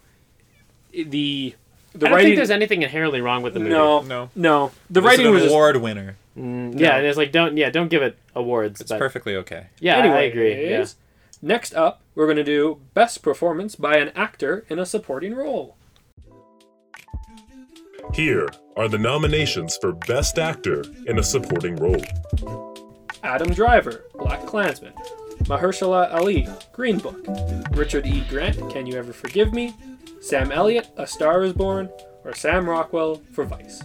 S2: the the
S1: I don't
S2: writing.
S1: think there's anything inherently wrong with the movie.
S2: no,
S3: No.
S2: no. The
S3: This is
S2: writing
S3: an
S2: was just-
S3: award winner.
S1: Mm, Yeah, and it's like don't yeah don't give it awards.
S3: It's
S1: but
S3: perfectly okay.
S1: yeah, I
S2: Anyways,
S1: agree. Yeah.
S2: Next up, we're gonna do best performance by an actor in a supporting role.
S4: Here are the nominations for Best Actor in a Supporting Role.
S2: Adam Driver, Black Klansman. Mahershala Ali, Green Book. Richard E. Grant, Can You Ever Forgive Me? Sam Elliott, A Star Is Born, or Sam Rockwell for Vice.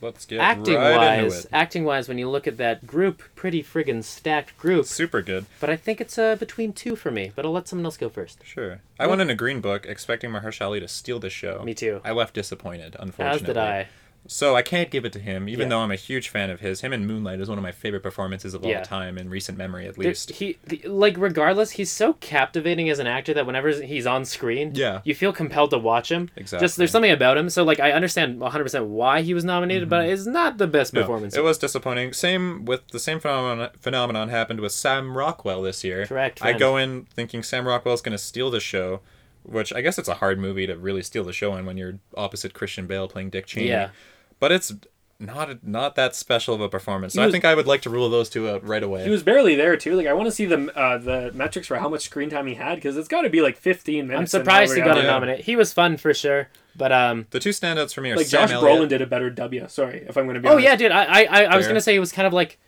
S3: Let's get
S1: Acting
S3: right into
S1: wise,
S3: it.
S1: acting wise, when you look at that group, pretty friggin' stacked group.
S3: Super good.
S1: But I think it's uh, between two for me. But I'll let someone else go first.
S3: Sure. I went in a green book expecting Mahershala Ali to steal the show.
S1: Me too.
S3: I left disappointed,
S1: As
S3: unfortunately.
S1: did I.
S3: So I can't give it to him, even
S1: Yeah.
S3: though I'm a huge fan of his. Him in Moonlight is one of my favorite performances of all
S1: Yeah.
S3: time, in recent memory at
S1: There-
S3: least.
S1: He the, like regardless, he's so captivating as an actor that whenever he's on screen,
S3: Yeah.
S1: you feel compelled to watch him. Just
S3: Exactly.
S1: there's something about him. So like I understand 100 percent why he was nominated, but it's not the best
S3: Mm-hmm. No,
S1: performance.
S3: It was disappointing. Same with the same phenomenon, phenomenon happened with Sam Rockwell this year.
S1: Correct,
S3: I
S1: friend.
S3: go in thinking Sam Rockwell's going to steal the show, which I guess it's a hard movie to really steal the show in when you're opposite Christian Bale playing Dick Cheney.
S1: Yeah.
S3: But it's not not that special of a performance. So
S2: He
S3: I
S2: was-
S3: think I would like to rule those two up right away.
S2: He was barely there too. Like I want to see the uh, the metrics for how much screen time he had because it's got to be like 15 minutes.
S1: I'm
S2: and
S1: surprised he
S2: already-
S1: got a
S3: Yeah.
S1: nominate. He was fun for sure, but um.
S3: the two standouts for me are
S2: Like
S3: Sam
S2: Josh
S3: Elliott.
S2: Brolin did a better W. Sorry if I'm going to be.
S1: Oh
S2: honest.
S1: yeah, dude. I I, I, I was
S3: Fair.
S1: gonna say it was kind of like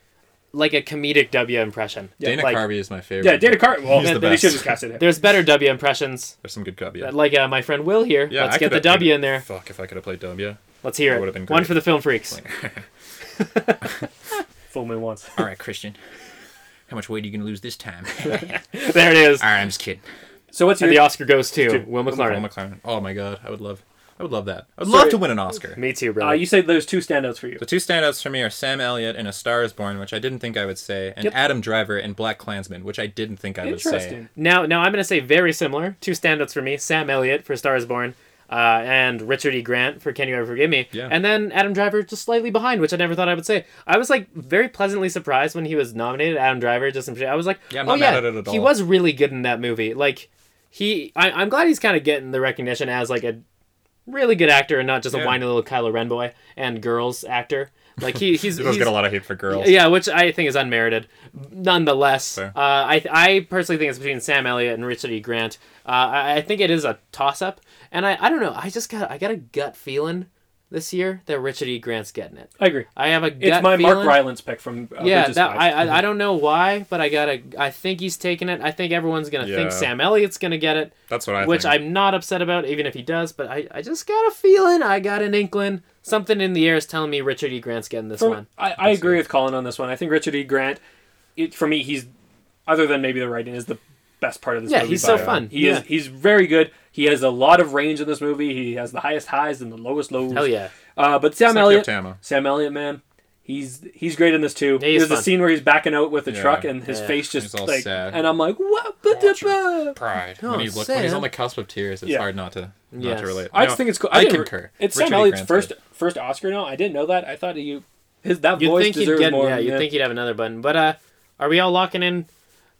S1: like a comedic W impression.
S3: Dana
S1: like,
S3: Carvey is my favorite.
S2: yeah. Dana Carvey. Well,
S3: He's the
S2: they should
S3: best.
S2: just cast it.
S1: There's better W impressions.
S3: There's some good Carvey. Yeah.
S1: Like uh, my friend Will here.
S3: Yeah,
S1: Let's
S3: I
S1: get the
S3: could've
S1: W
S3: played-
S1: in there.
S3: Fuck, if I could have played W.
S1: Let's hear
S3: would've
S1: it.
S3: been
S1: One
S3: great.
S1: for the film freaks.
S2: Full moon once.
S3: All right, Christian. How much weight are you gonna lose this time? All right,
S1: there it is.
S3: I'm just kidding.
S2: So what's your
S1: And the Oscar goes to Will
S3: Paul
S1: McLaren.
S3: McLaren. Oh my god, I would love, I would love that. I'd
S2: So-
S3: love to win an Oscar.
S1: Me too, bro.
S2: Uh, you said there's two standouts for you.
S3: The two standouts for me are Sam Elliott in A Star Is Born, which I didn't think I would say, and
S2: Yep.
S3: Adam Driver in Black Klansman, which I didn't think I would say.
S2: Interesting.
S1: Now, now I'm gonna say very similar. Two standouts for me: Sam Elliott for *Stars Born*, uh, and Richard E. Grant for *Can You Ever Forgive Me*.
S3: Yeah.
S1: And then Adam Driver just slightly behind, which I never thought I would say. I was like very pleasantly surprised when he was nominated. Adam Driver just some shit. I was like,
S3: Yeah, I'm
S1: oh
S3: not
S1: yeah,
S3: mad at it at
S1: he
S3: all."
S1: was really good in that movie. Like, he, I, I'm glad he's kind of getting the recognition as like a really good actor and not just a
S3: Yeah.
S1: whiny little Kylo Ren boy and girls actor. Like he, he's,
S3: Those
S1: he's
S3: get a lot of hate for girls.
S1: yeah, which I think is unmerited. Nonetheless, uh,
S3: Fair.
S1: I I personally think it's between Sam Elliott and Richard E. Grant. Uh, I, I think it is a toss up, and I, I don't know. I just got I got a gut feeling this year that Richard E. Grant's getting it.
S2: I agree.
S1: I have a gut
S2: It's my
S1: feeling.
S2: Mark Rylance pick from uh,
S1: Yeah,
S2: Bridges
S1: that,
S2: Five.
S1: I, I I don't know why, but I gotta. I think he's taking it. I think everyone's gonna think
S3: Yeah.
S1: Sam Elliott's gonna get it,
S3: That's what I
S1: which
S3: think.
S1: I'm not upset about, even if he does. But I, I just got a feeling. I got an inkling. Something in the air is telling me Richard E. Grant's getting this
S2: For-
S1: one.
S2: I, I agree with Colin on this one. I think Richard E. Grant, it, for me, he's other than maybe the writing is the best part of this
S1: Yeah,
S2: movie.
S1: he's
S2: by
S1: so
S2: far.
S1: fun.
S2: He
S1: Yeah.
S2: is he's very good. He has a lot of range in this movie. He has the highest highs and the lowest lows.
S1: Hell yeah.
S2: Uh, but Sam
S3: It's like
S2: Elliott,
S3: Yotamo.
S2: Sam Elliott, man, he's he's great in this too.
S1: he is
S2: There's a
S1: fun.
S2: scene where he's backing out with the
S3: Yeah.
S2: truck and his
S1: Yeah.
S2: face just
S3: He's all
S2: like,
S3: sad.
S2: and I'm like, what? Ba-da-ba."
S3: Pride.
S1: Oh,
S3: when, he look, when he's
S1: Sam.
S3: on the cusp of tears, it's
S2: Yeah.
S3: hard not to not
S1: Yes.
S3: to relate.
S2: I
S3: No,
S2: just think it's cool.
S3: I,
S2: didn't-
S3: concur.
S2: It's
S3: Richard
S2: Sam
S3: E.
S2: Elliott's
S3: Grant's
S2: first
S3: good.
S2: first Oscar. No, I didn't know that. I thought you his that
S1: You'd
S2: voice
S1: think he'd
S2: deserves
S1: get
S2: more.
S1: yeah. You'd think he'd have another button. But uh, are we all locking in?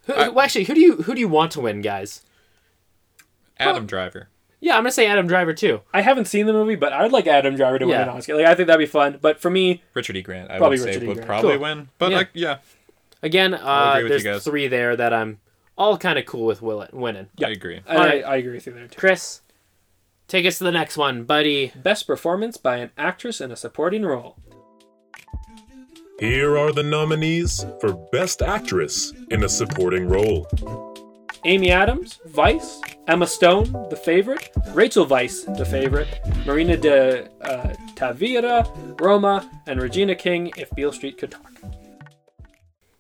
S1: Who, well, actually, who do you who do you want to win, guys?
S2: Oh.
S3: Adam Driver.
S1: Yeah, I'm gonna say Adam Driver too.
S2: I haven't seen the movie, but I'd like Adam Driver to win
S1: Yeah.
S2: an Oscar. Like I think that'd be fun. But for me,
S3: Richard E. Grant, I
S2: Probably
S3: would
S2: Richard E.
S3: say, would
S2: Grant.
S3: probably
S1: Cool.
S3: win. But
S1: Yeah.
S3: like, yeah,
S1: Again,
S3: I
S1: uh,
S3: agree with you
S1: there's
S3: guys.
S1: three there that I'm all kind of cool with will winning.
S3: I agree.
S2: I,
S1: Alright.
S2: I agree with you there too.
S1: Chris, take us to the next one, buddy.
S2: Best performance by an actress in a supporting role.
S4: Here are the nominees for Best Actress in a Supporting Role.
S2: Amy Adams, Vice, Emma Stone, The Favorite, Rachel Vice, The Favorite, Marina de uh, Tavira, Roma, and Regina King, If Beale Street Could Talk.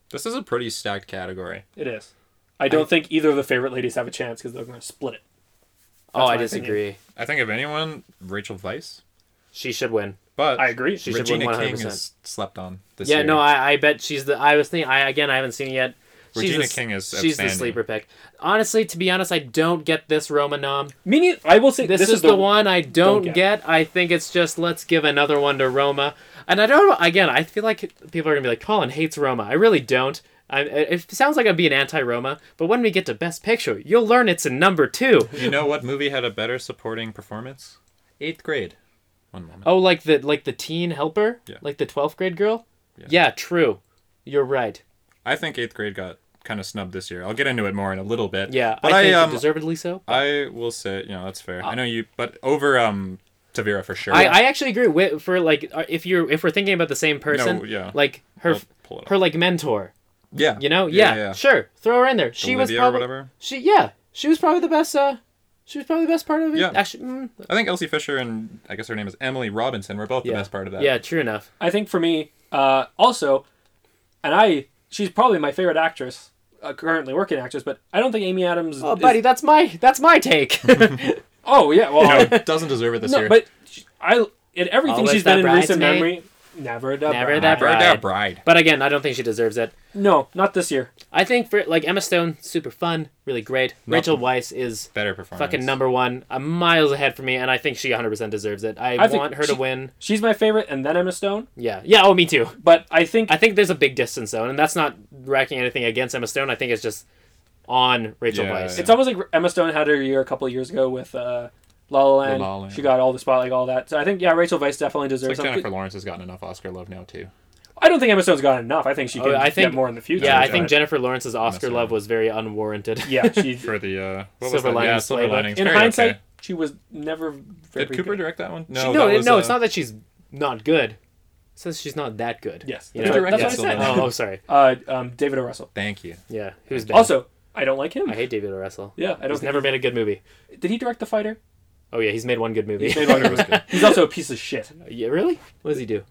S3: This is a pretty stacked category.
S2: It is. I don't think either of the favorite ladies have a chance because they're going to split it.
S1: oh, I
S2: my
S1: disagree.
S3: I think if anyone, Rachel Vice.
S1: She should win.
S3: But
S2: I agree.
S1: She should win
S3: Regina King
S1: 100%.
S3: is slept on this
S1: yeah,
S3: year.
S1: no, I, I bet she's the. I was thinking. I again, I haven't seen it yet.
S3: Regina
S1: the-
S3: King is
S1: she's the
S3: outstanding.
S1: sleeper pick. Honestly, to be honest, I don't get this Roma nom.
S2: Meaning, I will say
S1: This, is, the, one I don't,
S2: get.
S1: get. I think it's just let's give another one to Roma. And I don't again, I feel like people are going to be like Colin hates Roma. I really don't. I, it sounds like I'm being anti-Roma, but when we get to Best Picture, you'll learn it's in number two.
S3: You know what movie had a better supporting performance? Eighth grade. One moment.
S1: Oh, like the like the teen helper,
S3: Yeah.
S1: like the twelfth grade girl. Yeah. true. You're right.
S3: I think eighth grade got kind of snubbed this year. I'll get into it more in a little bit.
S1: Yeah,
S3: but
S1: I
S3: I,
S1: think
S3: um,
S1: deservedly so.
S3: I will say, you know, that's fair. I know you, but over um, Tavira for sure.
S1: I, I actually agree with for like uh, if you're if we're thinking about the same person,
S3: yeah.
S1: like her
S3: I'll pull it up.
S1: her like mentor,
S3: yeah,
S1: you know, yeah,
S3: yeah.
S1: sure, throw her in there. She was
S3: Olivia or
S1: probably
S3: whatever?
S1: she yeah she was probably the best. uh She was probably the best part of it.
S3: Yeah.
S1: actually, mm,
S3: I think Elsie Fisher and I guess her name is Emily Robinson were both
S1: yeah.
S3: the best part of that.
S1: Yeah, true enough.
S2: I think for me, uh, also, and I, she's probably my favorite actress, uh, currently working actress, but I don't think Amy Adams.
S1: Oh,
S2: is-
S1: buddy, that's my that's my take.
S2: oh yeah, well,
S3: You know, doesn't deserve it this
S2: no,
S3: year.
S2: but she- I in everything
S1: Always
S2: she's done
S1: that
S2: in recent
S1: bridesmaid.
S2: memory, never that.
S1: Never
S2: bride.
S1: that
S3: Bride.
S1: bride.
S3: bride.
S1: but again, I don't think she deserves it.
S2: No, not this year.
S1: I think for like Emma Stone, super fun, really great. Rachel
S3: Nothing.
S1: Weisz is
S3: Better performance.
S1: fucking number one, a miles ahead for me, and I think she 100% deserves it. I,
S2: I think
S1: want her
S2: she-
S1: to win.
S2: She's my favorite, and then Emma Stone.
S1: Yeah, yeah. Oh, me too.
S2: But I think
S1: I think there's a big distance though, and that's not racking anything against Emma Stone. I think it's just on Rachel
S3: Yeah,
S1: Weisz.
S3: yeah.
S2: it's almost like Emma Stone had her year a couple of years ago with uh, La La Land.
S3: La La Land.
S2: She got all the spotlight, all that. So I think yeah, Rachel Weisz definitely deserves
S3: It's like
S2: something.
S3: Jennifer Lawrence has gotten enough Oscar love now too.
S2: I don't think Emma Stone's got enough. I think she
S1: Oh,
S2: can
S1: I think-
S2: get more in the future.
S1: yeah, I
S2: but-
S1: think Jennifer Lawrence's Oscar
S3: That's
S1: love
S3: right.
S1: was very unwarranted.
S2: Yeah, she.
S3: For the uh, what was
S1: Silver
S3: that? Yeah,
S1: Linings
S3: Silver
S1: Playbook.
S3: Linings.
S2: in
S3: Very
S2: hindsight,
S3: okay.
S2: she was never. Very
S3: did Cooper
S2: good.
S3: direct that one? No,
S1: She- no,
S3: that was,
S1: no,
S3: uh,
S1: it's not that she's not good. It says she's not that good.
S2: Yes,
S1: you
S2: that's
S1: know?
S2: what-
S3: that's
S1: yeah.
S3: what I said.
S1: Oh, oh, sorry.
S2: Uh, um, David O. Russell.
S3: Thank you.
S1: Yeah, who's bad?
S2: Also, I don't like him.
S1: I hate David O. Russell.
S2: yeah, I don't.
S1: He's
S2: Think
S1: never made a good movie.
S2: Did he direct The Fighter?
S1: Oh yeah, he's made one good movie.
S2: Made one of those. he's also a piece of shit.
S1: yeah, really? What does he do?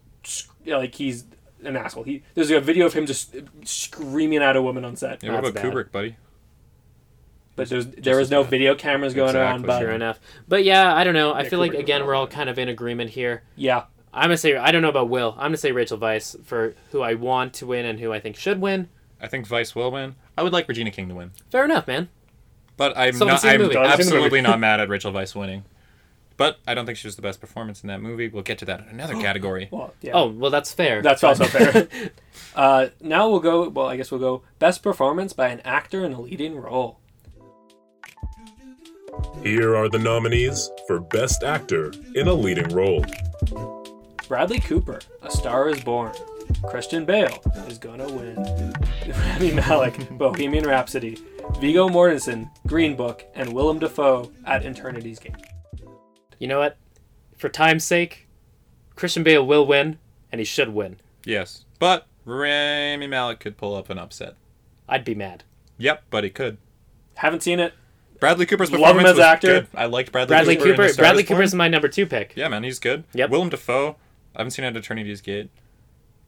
S2: Yeah, like he's an asshole. He there's a video of him just screaming at a woman on set.
S3: Yeah, what
S1: That's
S3: about
S1: bad.
S3: Kubrick, buddy?
S2: But there's there was no video cameras going around.
S3: Exactly.
S2: But
S1: Fair enough. But yeah, I don't know. I
S2: Yeah,
S1: feel like
S2: Kubrick was
S1: again
S2: wrong.
S1: we're all kind of in agreement here.
S2: yeah,
S1: I'm gonna say I don't know about Will. I'm gonna say Rachel Vice for who I want to win and who I think should win.
S3: I think Vice will win. I would like Regina King to win,
S1: Fair enough, man.
S3: but I'm
S1: Still haven't
S3: not.
S1: seen the
S3: I'm
S1: movie.
S2: Still haven't seen the
S3: absolutely not mad at Rachel Vice winning. But I don't think she was the best performance in that movie. We'll get to that in another category.
S2: well, yeah.
S1: Oh well, that's fair.
S2: that's also fair. Uh, now we'll go. Well, I guess we'll go best performance by an actor in a leading role.
S4: Here are the nominees for Best Actor in a Leading Role.
S2: Bradley Cooper, A Star Is Born. Christian Bale is gonna win. Rami Malek, Bohemian Rhapsody. Vigo Mortensen, Green Book, and Willem Dafoe at Eternity's Gate.
S1: you know what? For time's sake, Christian Bale will win, and he should win.
S3: Yes, but Rami Malek could pull up an upset.
S1: I'd be mad.
S3: Yep, but he could.
S2: Haven't seen it.
S3: Bradley Cooper's
S2: Love him
S3: performance
S2: as
S3: was
S2: actor.
S3: good. I liked Bradley,
S1: Bradley
S3: Cooper. in
S1: Cooper.
S3: A Star
S1: Bradley
S3: Is Born.
S1: Cooper's my number two pick.
S3: Yeah, man, he's good.
S1: Yep.
S3: Willem Dafoe. I haven't seen it at Eternity's Gate.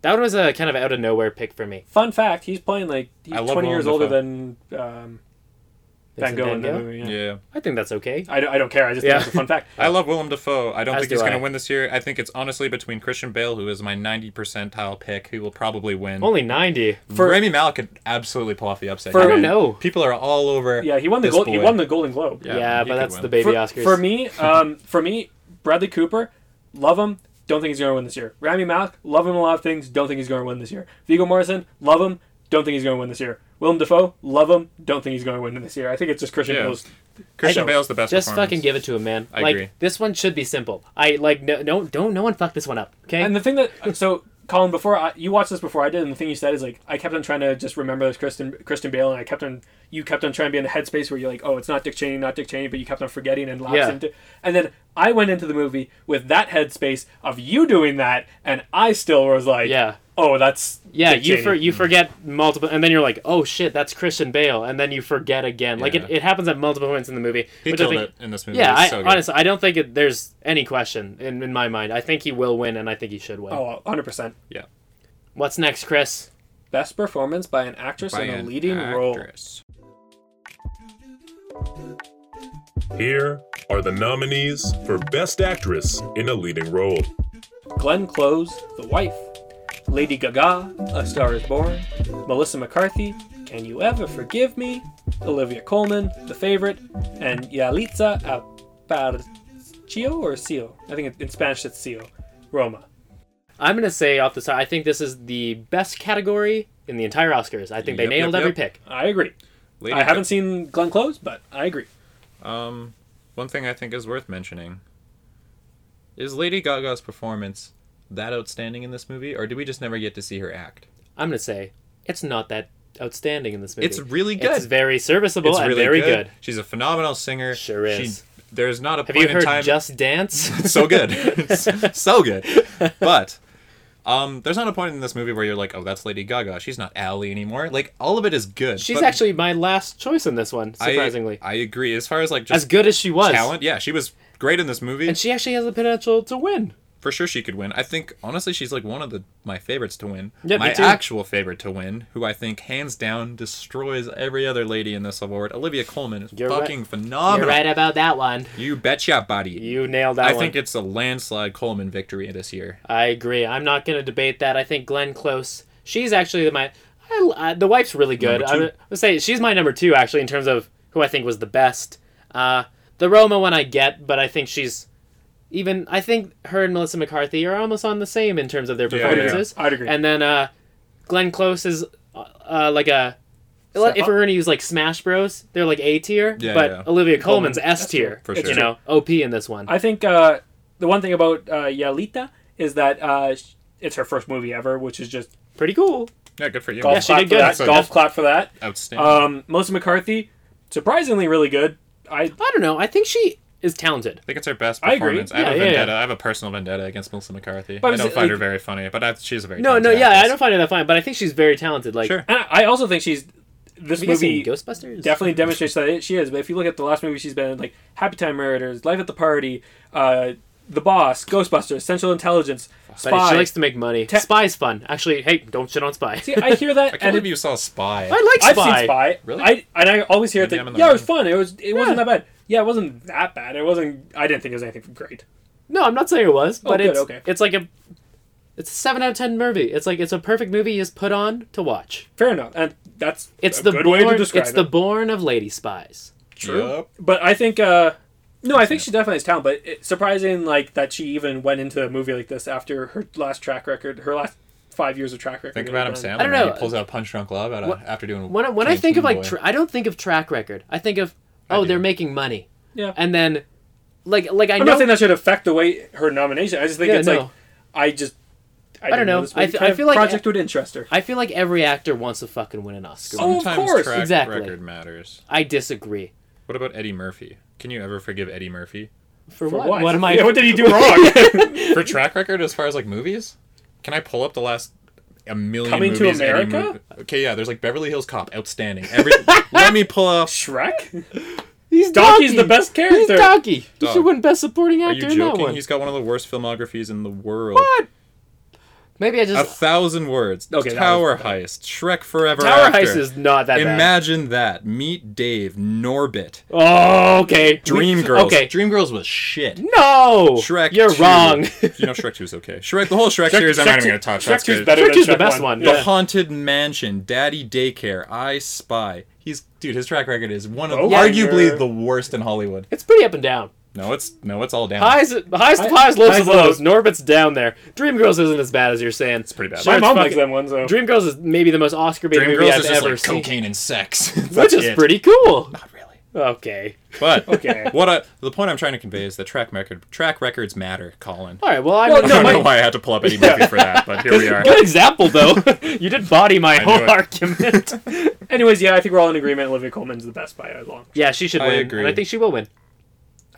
S1: That was a kind of out of nowhere pick for me.
S2: Fun fact: He's playing like he's
S3: I love
S2: 20 years
S3: Willem
S2: older
S3: Dafoe.
S2: than um, Van
S1: Vincent
S2: Gogh
S1: Van
S2: in the
S1: Gogh?
S2: movie. Yeah.
S3: Yeah.
S1: I think that's okay.
S2: I, don't, I don't care. I just
S1: Yeah.
S2: think it's a fun fact.
S3: I love Willem Dafoe. I don't
S1: As
S3: think he's
S1: do
S3: going to
S1: I.
S3: win this year. I think it's honestly between Christian Bale, who is my 90 percentile pick, who will probably win.
S1: Only ninety.
S3: for Rami Malek could absolutely pull off the upset.
S2: For-
S3: here,
S2: I don't
S3: man.
S1: know.
S3: People are all over.
S2: Yeah, he won the
S3: this
S2: gold, he
S3: boy.
S2: won the Golden Globe.
S1: Yeah,
S3: Yeah, he
S1: but
S3: could
S1: that's
S3: win.
S1: the baby
S2: for,
S1: Oscars.
S2: for me, um, for me, Bradley Cooper, love him. Don't think he's going to win this year. Rami Malek, love him in a lot of things. Don't think he's going to win this year. Viggo Morrison, love him. Don't think he's going to win this year. Willem Dafoe, love him. Don't think he's going to win this year. I think it's just Christian
S3: Yeah.
S2: Bale's.
S3: Christian
S1: I-
S3: Bale's the best.
S1: just
S3: performance.
S1: fucking give it to him, man.
S3: I
S1: like
S3: agree.
S1: this one should be simple. I like no, don't don't no one fuck this one up. Okay.
S2: And the thing that so Colin, before I, you watched this before I did, and the thing you said is like I kept on trying to just remember this Christian Christian Bale, and I kept on you kept on trying to be in the headspace where you're like, oh, it's not Dick Cheney, not Dick Cheney, but you kept on forgetting and lapsing.
S1: Yeah.
S2: Into, and then I went into the movie with that headspace of you doing that, and I still was like,
S1: yeah.
S2: oh, that's
S1: Yeah,
S2: Dick
S1: you
S2: Cheney.
S1: for, you forget multiple, and then you're like, oh shit, that's Christian Bale, and then you forget again. Like it,
S3: Yeah.
S1: it happens at multiple points in the movie.
S3: He
S1: which I
S3: killed
S1: think-
S3: it in this movie.
S1: Yeah,
S3: It's
S1: I,
S3: so good.
S1: honestly, I don't think it, there's any question in, in my mind. I think he will win, and I think he should win.
S2: oh, 100 percent
S3: Yeah.
S1: What's next, Chris?
S2: best performance by an actress
S3: By
S2: in a
S3: an
S2: leading role.
S3: actress.
S4: Here are the nominees for Best Actress in a Leading Role.
S2: Glenn Close, The Wife, Lady Gaga, A Star Is Born, Melissa McCarthy, Can You Ever Forgive Me, Olivia Colman, The Favorite, and Yalitza Aparicio or Cio. I think in Spanish it's Cio. Roma.
S1: I'm gonna say off the side, I think this is the best category in the entire Oscars. I think they
S3: Yep, yep,
S1: nailed every
S3: yep.
S1: pick.
S2: I agree.
S3: Lady
S2: I haven't
S3: Gaga.
S2: seen Glenn Close, but I agree.
S3: Um, one thing I think is worth mentioning is Lady Gaga's performance that outstanding in this movie, or do we just never get to see her act?
S1: I'm gonna say it's not that outstanding in this movie.
S3: It's really good.
S1: It's very serviceable and Oh, very good.
S3: She's a phenomenal singer.
S1: Sure
S3: She-
S1: is.
S3: there's not a
S1: Have
S3: point
S1: you heard
S3: in time.
S1: Just Dance?
S3: so good, so good. But um, there's not a point in this movie where you're like, oh, that's Lady Gaga. She's not Ally anymore. Like all of it is good.
S1: She's
S3: but
S1: actually my last choice in this one,
S3: I-
S1: surprisingly.
S3: I, agree. As far as like
S1: as
S3: just
S1: good as she was.
S3: talent, yeah, she was great in this movie.
S1: And she actually has the potential to win.
S3: for sure she could win. I think honestly she's like one of the my favorites to win.
S1: Yeah, me
S3: my
S1: too.
S3: actual favorite to win, who I think hands down destroys every other lady in this award. Olivia Colman is
S1: You're right.
S3: fucking phenomenal.
S1: about that one.
S3: You betcha, buddy.
S1: You nailed that
S3: I
S1: one.
S3: think it's a landslide Coleman victory this year.
S1: I agree. I'm not going to debate that. I think Glenn Close. She's actually my. I, I, the wife's really good.
S3: Number
S1: I'm
S3: two.
S1: going to say she's my number two, actually, in terms of who I think was the best. Uh, the Roma one I get, but I think she's. Even I think her and Melissa McCarthy are almost on the same in terms of their
S3: Yeah, yeah, yeah.
S1: performances.
S2: I'd agree.
S1: And then uh, Glenn Close is uh, uh, like a.
S2: Step
S1: if
S2: up.
S1: we're gonna use like Smash Bros, they're like A tier,
S3: Yeah,
S1: but
S3: yeah.
S1: Olivia Coleman's
S2: Colman,
S1: S tier.
S3: For
S1: You
S3: sure.
S1: know, OP in this one.
S2: I think uh, the one thing about uh, Yalitha is that uh, sh- it's her first movie ever, which is just
S1: Pretty cool.
S3: Yeah, good for you.
S2: golf
S1: Yeah, she
S2: clap
S1: did
S2: for
S1: good.
S2: that.
S3: So
S2: golf
S3: good.
S2: clap for that.
S3: Outstanding.
S2: Um, Melissa McCarthy, surprisingly, really good. I
S1: I don't know. I think she is talented.
S3: I think it's her best
S2: I agree.
S3: performance. I,
S1: Yeah,
S3: have a
S1: yeah, yeah.
S3: vendetta. I have a personal vendetta against Melissa McCarthy.
S2: But
S3: I
S2: is
S3: don't
S2: it,
S3: find her
S2: like-
S3: very funny, but I, she's a very
S1: No, no,
S3: talented
S1: yeah, I
S3: actress.
S1: don't find her that fine, but I think she's very talented. Like,
S3: Sure.
S2: and I I also think she's this
S1: have you guys
S2: movie
S1: seen Ghostbusters?
S2: definitely demonstrates that it, she is. But if you look at the last movie she's been in, like Happy Time Murders, Life at the Party, uh, The Boss, Ghostbusters, Central Intelligence,
S1: But
S2: Spy.
S1: she likes to make money.
S2: Te-
S1: Spy's fun. Actually, hey, don't shit on Spy.
S2: See, I hear that,
S3: I can't
S2: and it
S3: believe you saw Spy.
S1: I like
S2: I've
S1: Spy.
S2: seen Spy.
S3: Really?
S2: I and I always hear
S3: Maybe
S2: that.
S3: I'm in
S2: Yeah,
S3: the
S2: it
S3: wrong.
S2: was fun. It was. It wasn't
S1: Yeah.
S2: that bad. Yeah, it wasn't that bad. It wasn't. I didn't think it was anything great.
S1: No, I'm not saying it was, but
S2: Oh, good,
S1: it's
S2: okay.
S1: it's like a it's a seven out of ten movie. It's like it's a perfect movie you just put on to watch.
S2: Fair enough, and that's
S1: It's
S2: a
S1: the
S2: good
S1: born,
S2: way to describe
S1: it's
S2: it.
S1: the born of lady spies.
S3: True. Yep.
S2: but I think. uh no, I think she definitely has talent, but it's surprising like that she even went into a movie like this after her last track record, her last five years of track record.
S3: Think
S2: had
S3: about Adam
S2: been-
S3: Sandler.
S1: I don't
S3: man.
S1: know.
S3: He pulls out Punch Drunk Love out of,
S1: When-
S3: after doing.
S1: When I, when I
S3: Teen
S1: think of like
S3: Boy.
S1: tra- I don't think of track record. I think of
S3: I
S1: oh
S3: do.
S1: they're making money.
S2: Yeah.
S1: And then like like I
S2: I'm
S1: know
S2: not saying that should affect the way her nomination. I just think
S1: Yeah,
S2: it's
S1: no.
S2: like I just I,
S1: don't
S2: didn't
S1: know.
S2: this
S1: I
S2: what
S1: th-
S2: kind
S1: I
S2: of
S1: feel like-
S2: project would interest her.
S1: I feel like every actor wants to fucking win an Oscar.
S2: Oh, of
S3: Sometimes
S2: course,
S3: track
S1: exactly.
S3: record matters.
S1: I disagree.
S3: What about Eddie Murphy? Can you ever forgive Eddie Murphy
S1: For,
S2: For
S1: what? What am I?
S2: Yeah, what did he do wrong?
S3: for track record as far as like movies? Can I pull up the last a million
S2: Coming to
S3: movies Eddie
S2: America?
S3: Mur- okay, yeah. There's like Beverly Hills Cop, outstanding. Every let me pull up.
S2: Shrek.
S1: He's
S2: Donkey's the best character.
S1: He's Donkey. He
S3: Dog.
S1: should win Best Supporting
S3: Are
S1: Actor
S3: you
S1: in that
S3: joking?
S1: one.
S3: He's got one of the worst filmographies in the world.
S1: What? Maybe I
S3: A
S1: just
S3: thousand words.
S2: Okay, that
S3: Tower Heist, Shrek Forever
S1: Tower
S3: After.
S1: Heist is not that bad.
S3: Imagine that. Meet Dave, Norbit,
S1: Oh, okay.
S3: Dream Girls.
S1: Okay.
S3: Dream Girls was shit.
S1: No.
S3: Shrek.
S1: You're
S3: 2.
S1: wrong.
S3: you know Shrek 2 is okay. Shrek, the whole Shrek, series, I'm
S2: Shrek
S3: not even
S2: two-
S3: going to touch.
S2: Shrek
S3: That's
S2: 2's
S3: good.
S2: better
S1: Shrek
S2: than
S1: 2's the
S2: Shrek
S1: best one,
S3: The
S1: yeah.
S3: Haunted Mansion, Daddy Daycare, I Spy. He's dude. His track record is one of
S2: Oh,
S3: arguably
S2: yeah.
S3: the worst in Hollywood.
S1: it's pretty up and down.
S3: No, it's no, it's all down.
S1: Highs, highs to
S2: I-
S1: highs, lows to
S2: highs to
S1: lows. Norbit's down there. Dream Girls isn't as bad as you're saying. It's
S3: pretty bad.
S2: My mom likes
S1: fucking-
S2: them ones though.
S1: Dream Girls is maybe the most Oscar-bait
S3: Dream
S1: movie
S3: Girls
S1: I've
S3: is just
S1: ever
S3: like
S1: seen,
S3: cocaine and sex,
S1: which
S3: That's
S1: is
S3: it.
S1: pretty cool.
S3: Not really.
S1: Okay.
S3: But
S2: Okay.
S3: what I, the point I'm trying to convey is that track record track records matter, Colin.
S1: All right. Well, I'm
S2: Well,
S3: I
S2: no,
S3: don't know
S2: my-
S3: why I had to pull up Eddie Murphy for that, but here we are.
S1: good example though. you did body my
S3: knew
S1: whole
S3: it.
S1: argument.
S2: Anyways, yeah, I think we're all in agreement. Olivia Colman's the best by a long.
S1: yeah, she should
S3: I
S1: win.
S3: agree.
S1: And I think she will win.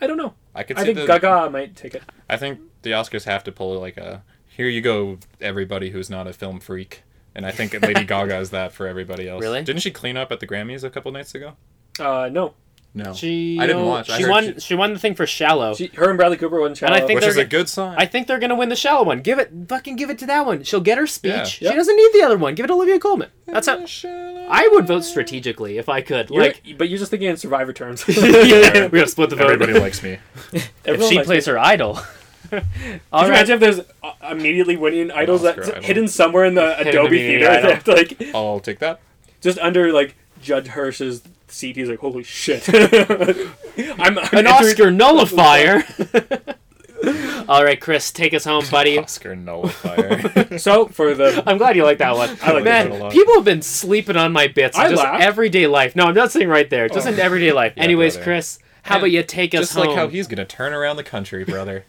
S2: I don't know.
S3: I could
S2: I
S3: see
S2: think
S3: the-
S2: Gaga might take it.
S3: I think the Oscars have to pull like a here you go everybody who's not a film freak. And I think Lady Gaga is that for everybody else.
S1: Really?
S3: Didn't she clean up at the Grammys a couple nights ago?
S2: Uh, no,
S3: No.
S1: She
S3: I didn't watch. I
S1: She
S3: heard
S1: won.
S3: she-
S1: She, won the thing for Shallow.
S2: she, her and Bradley Cooper won.
S1: And I think
S3: which is
S1: they're-
S3: a good sign.
S1: I think they're gonna win the Shallow one. Give it, fucking give it to that one. She'll get her speech.
S3: Yeah.
S1: She
S2: Yep.
S1: doesn't need the other one. Give it to Olivia Colman. That's how. I would vote strategically if I could.
S2: like,
S1: like,
S2: but you're just thinking in Survivor terms.
S1: yeah, we gotta split the vote.
S3: everybody likes me.
S1: if she plays her idol. All
S2: Could you
S1: right.
S2: imagine if there's uh, immediately winning idols
S3: Oscar
S2: that's
S3: idol.
S2: hidden somewhere in the
S1: Hidden
S2: Adobe
S1: Adobe
S2: theater?
S1: idol.
S2: That, like,
S3: I'll take that.
S2: just under like Judge Hirsch's seat. He's like, holy shit! I'm, I'm
S1: An
S2: entering-
S1: Oscar nullifier. All right, Chris, take us home, buddy.
S3: Oscar nullifier.
S2: So for the
S1: I'm glad you like that one.
S2: I
S1: Man,
S2: like
S3: that one a lot.
S1: people have been sleeping on my bits. in
S2: I
S1: just
S2: laughed.
S1: everyday life. No, I'm not saying right there. Just in everyday life. Anyways,
S3: brother.
S1: Chris, how
S3: And
S1: about you take us
S3: Just
S1: home?
S3: like how he's gonna turn around the country, brother.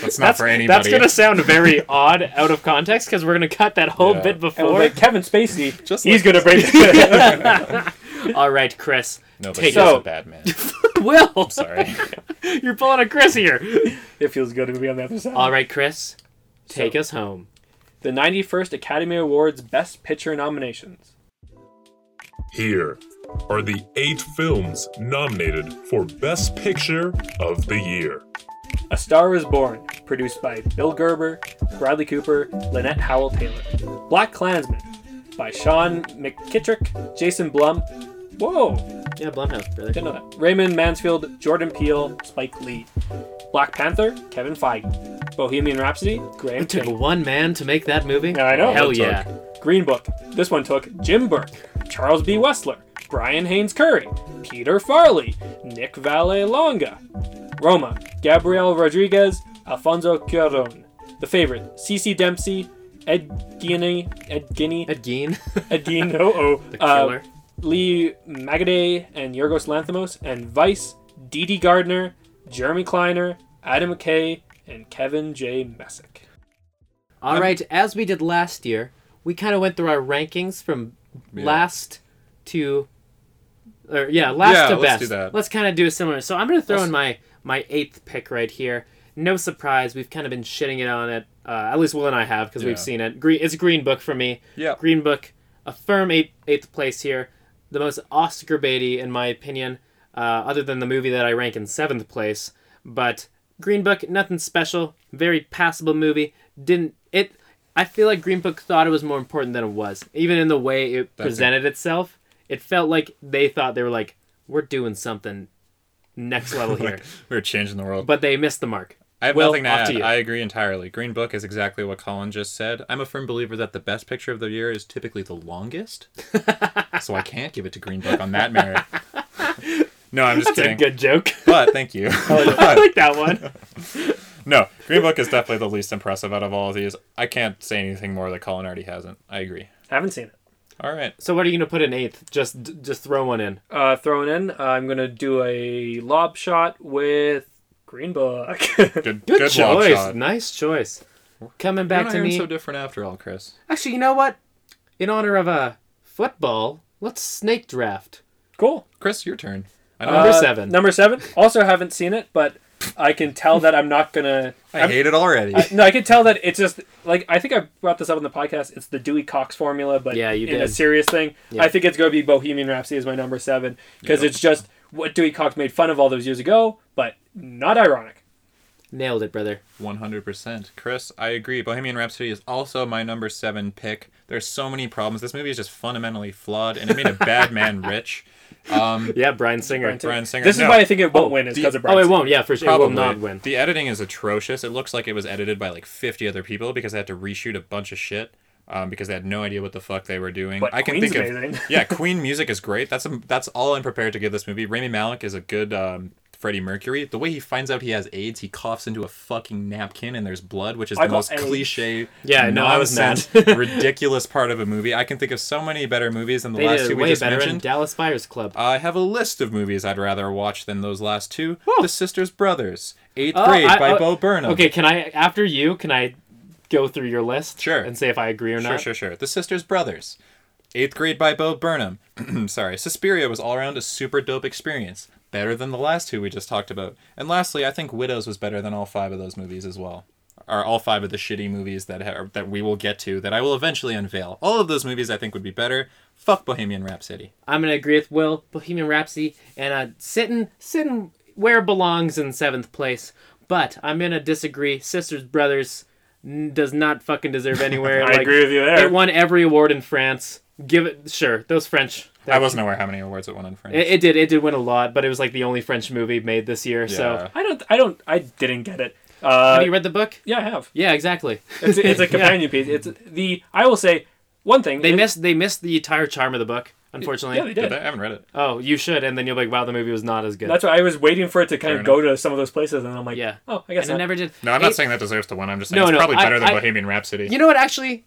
S3: that's not
S1: that's,
S3: for anybody.
S1: that's gonna sound very odd out of context because we're gonna cut that whole
S3: Yeah.
S1: bit
S2: and
S1: before.
S2: with Kevin Spacey,
S3: Just
S2: he's
S3: like-
S2: gonna break.
S1: All right, Chris.
S3: No, but
S1: Take
S3: he's
S1: it.
S2: So-
S3: a bad man.
S1: Will,
S3: Sorry.
S1: you're pulling a Chris here.
S2: it feels good to be on the other side.
S1: All right, Chris, take us home.
S2: the 91st Academy Awards Best Picture nominations.
S4: Here are the eight films nominated for Best Picture of the Year.
S2: A Star Is Born, produced by Bill Gerber, Bradley Cooper, Lynette Howell Taylor. Black Klansman, by Sean McKittrick, Jason Blum. Whoa,
S1: Yeah, Blumhouse, brother.
S2: didn't know that. Raymond Mansfield, Jordan Peele, Spike Lee. Black Panther, Kevin Feige. Bohemian Rhapsody, Graham
S1: It took
S2: King.
S1: one man to make that movie.
S2: Yeah, I know.
S1: Hell
S2: It
S1: yeah.
S2: Green Book. This one took Jim Burke, Charles B. Wessler, Brian Haynes Curry, Peter Farley, Nick Vallelonga, Roma, Gabriel Rodriguez, Alfonso Cuaron. The favorite, Cece Dempsey, Ed Guinea, Ed Guinea,
S1: Ed Gein,
S2: Ed Gein, oh, oh,
S1: the
S2: uh,
S1: killer.
S2: Lee Magaday and Yorgos Lanthimos, and Vice, Dee Dee Gardner, Jeremy Kleiner, Adam McKay, and Kevin J. Messick.
S1: All right, as we did last year, we kind of went through our rankings from
S3: Yeah.
S1: last to, or yeah, last
S3: Yeah,
S1: to
S3: let's
S1: best.
S3: do that.
S1: Let's kind of do a similar. So I'm gonna throw in my my eighth pick right here. No surprise, we've kind of been shitting it on it. Uh, at least Will and I have because
S3: Yeah.
S1: we've seen it. Green, it's Green Book for me.
S3: Yeah.
S1: Green Book, a firm eight, eighth place here. The most Oscar baity, in my opinion, uh, other than the movie that I rank in seventh place. But Green Book, nothing special. Very passable movie. Didn't it? I feel like Green Book thought it was more important than it was, even in the way it
S3: That's it.
S1: presented itself. It felt like they thought they were like, we're doing something next level here,
S3: Like, we're changing the world.
S1: but they missed the mark.
S3: I have
S1: Will,
S3: nothing to
S1: off
S3: add.
S1: to you.
S3: I agree entirely. Green Book is exactly what Colin just said. I'm a firm believer that the best picture of the year is typically the longest, so I can't give it to Green Book on that merit. No, I'm just
S1: That's a
S3: kidding.
S1: good joke.
S3: But thank you.
S1: I like that one.
S3: no, Green Book is definitely the least impressive out of all of these. I can't say anything more that Colin already hasn't. I agree.
S2: Haven't seen it.
S3: All right.
S1: So what are you gonna put in eighth? Just d- just throw one in.
S2: uh, thrown in. I'm gonna do a lob shot with Green Book.
S3: Good,
S1: Good,
S3: good lob
S1: choice.
S3: shot.
S1: Nice choice. Coming
S3: You're
S1: back
S3: not
S1: to
S3: even
S1: me.
S3: so different after all, Chris.
S1: Actually, you know what? In honor of uh, football, let's snake draft.
S2: cool.
S3: Chris, your turn. I know.
S1: Number
S2: Uh,
S1: seven.
S2: Number seven. Also haven't seen it, but I can tell that I'm not gonna.
S3: I
S2: I'm-
S3: hate it already.
S2: I- no, I can tell that it's just like I think I brought this up on the podcast. It's the Dewey Cox formula, but
S1: Yeah, you
S2: in a
S1: did.
S2: serious thing.
S1: Yeah.
S2: I think it's going to be Bohemian Rhapsody is my number seven because
S3: Yeah.
S2: it's just what Dewey Cox made fun of all those years ago, but not ironic.
S1: Nailed it, brother.
S3: 100%. Chris, I agree. Bohemian Rhapsody is also my number seven pick. There's so many problems. This movie is just fundamentally flawed, and it made a bad man rich. Um,
S1: Yeah, Brian Singer.
S2: Brian Singer.
S3: Brian Singer.
S2: This is
S3: no,
S2: why I think it won't
S3: Oh,
S2: win is
S3: the-
S2: because of Brian.
S1: Oh, it
S2: Singer.
S1: won't. Yeah, for sure.
S3: probably
S1: It will not win.
S3: The editing is atrocious. It looks like it was edited by like 50 other people because they had to reshoot a bunch of shit. Um, because they had no idea what the fuck they were doing.
S2: But
S3: I can
S2: Queen's
S3: think
S2: amazing.
S3: of yeah, Queen music is great. That's a, that's all I'm prepared to give this movie. Rami Malek is a good um, Freddie Mercury. The way he finds out he has AIDS, he coughs into a fucking napkin and there's blood, which is
S2: I
S3: the
S2: got
S3: most
S2: AIDS.
S3: cliche,
S1: Yeah, no, I was mad.
S3: nonsense, ridiculous part of a movie. I can think of so many better movies than the
S1: They
S3: last
S1: did
S3: two
S1: it
S3: we
S1: way
S3: just
S1: better in
S3: mentioned. Uh,
S1: Dallas Buyers Club.
S3: I have a list of movies I'd rather watch than those last two. The Sisters Brothers, Eighth
S1: Oh,
S3: Grade
S1: I-
S3: by
S1: oh,
S3: Bo Burnham.
S1: Okay, can I after you? Can I go through your list?
S3: Sure.
S1: And say if I agree or
S3: sure,
S1: not.
S3: sure, sure. The Sisters Brothers, Eighth Grade by Bo Burnham. Sorry, Suspiria was all around a super dope experience, better than the last two we just talked about. And lastly, I think Widows was better than all five of those movies as well. Are all five of the shitty movies that ha- that we will get to that I will eventually unveil. All of those movies I think would be better. Fuck Bohemian Rhapsody.
S1: I'm gonna agree with Will. Bohemian Rhapsody and uh, sitting sitting where it belongs in seventh place. But I'm gonna disagree. Sisters Brothers n- does not fucking deserve anywhere.
S2: I agree with you there.
S1: It won every award in France. Give it sure those French.
S3: I wasn't aware how many awards it won in France.
S1: It, it did. It did win a lot, but it was like the only French movie made this year.
S3: Yeah.
S1: So
S2: I don't. I don't. I didn't get it. Uh,
S1: have you read the book?
S2: yeah, I have.
S1: Yeah, exactly.
S2: It's, it's a companion piece. It's the I will say one thing
S1: They
S2: it-
S1: missed they missed the entire charm of the book, unfortunately.
S2: Yeah, they
S3: I
S2: did.
S3: haven't read it.
S1: Oh, you should, and then you'll be like, wow, the movie was not as good.
S2: That's why I was waiting for it to kind
S3: Fair
S2: of go to some of those places, and I'm like,
S1: yeah.
S2: oh, I guess
S1: and it
S2: not.
S1: never did.
S3: No, I'm not
S1: It-
S3: saying that deserves to win. I'm just saying
S1: No,
S3: it's
S1: no,
S3: probably
S1: I-
S3: better than
S1: I-
S3: Bohemian Rhapsody.
S1: You know what? Actually,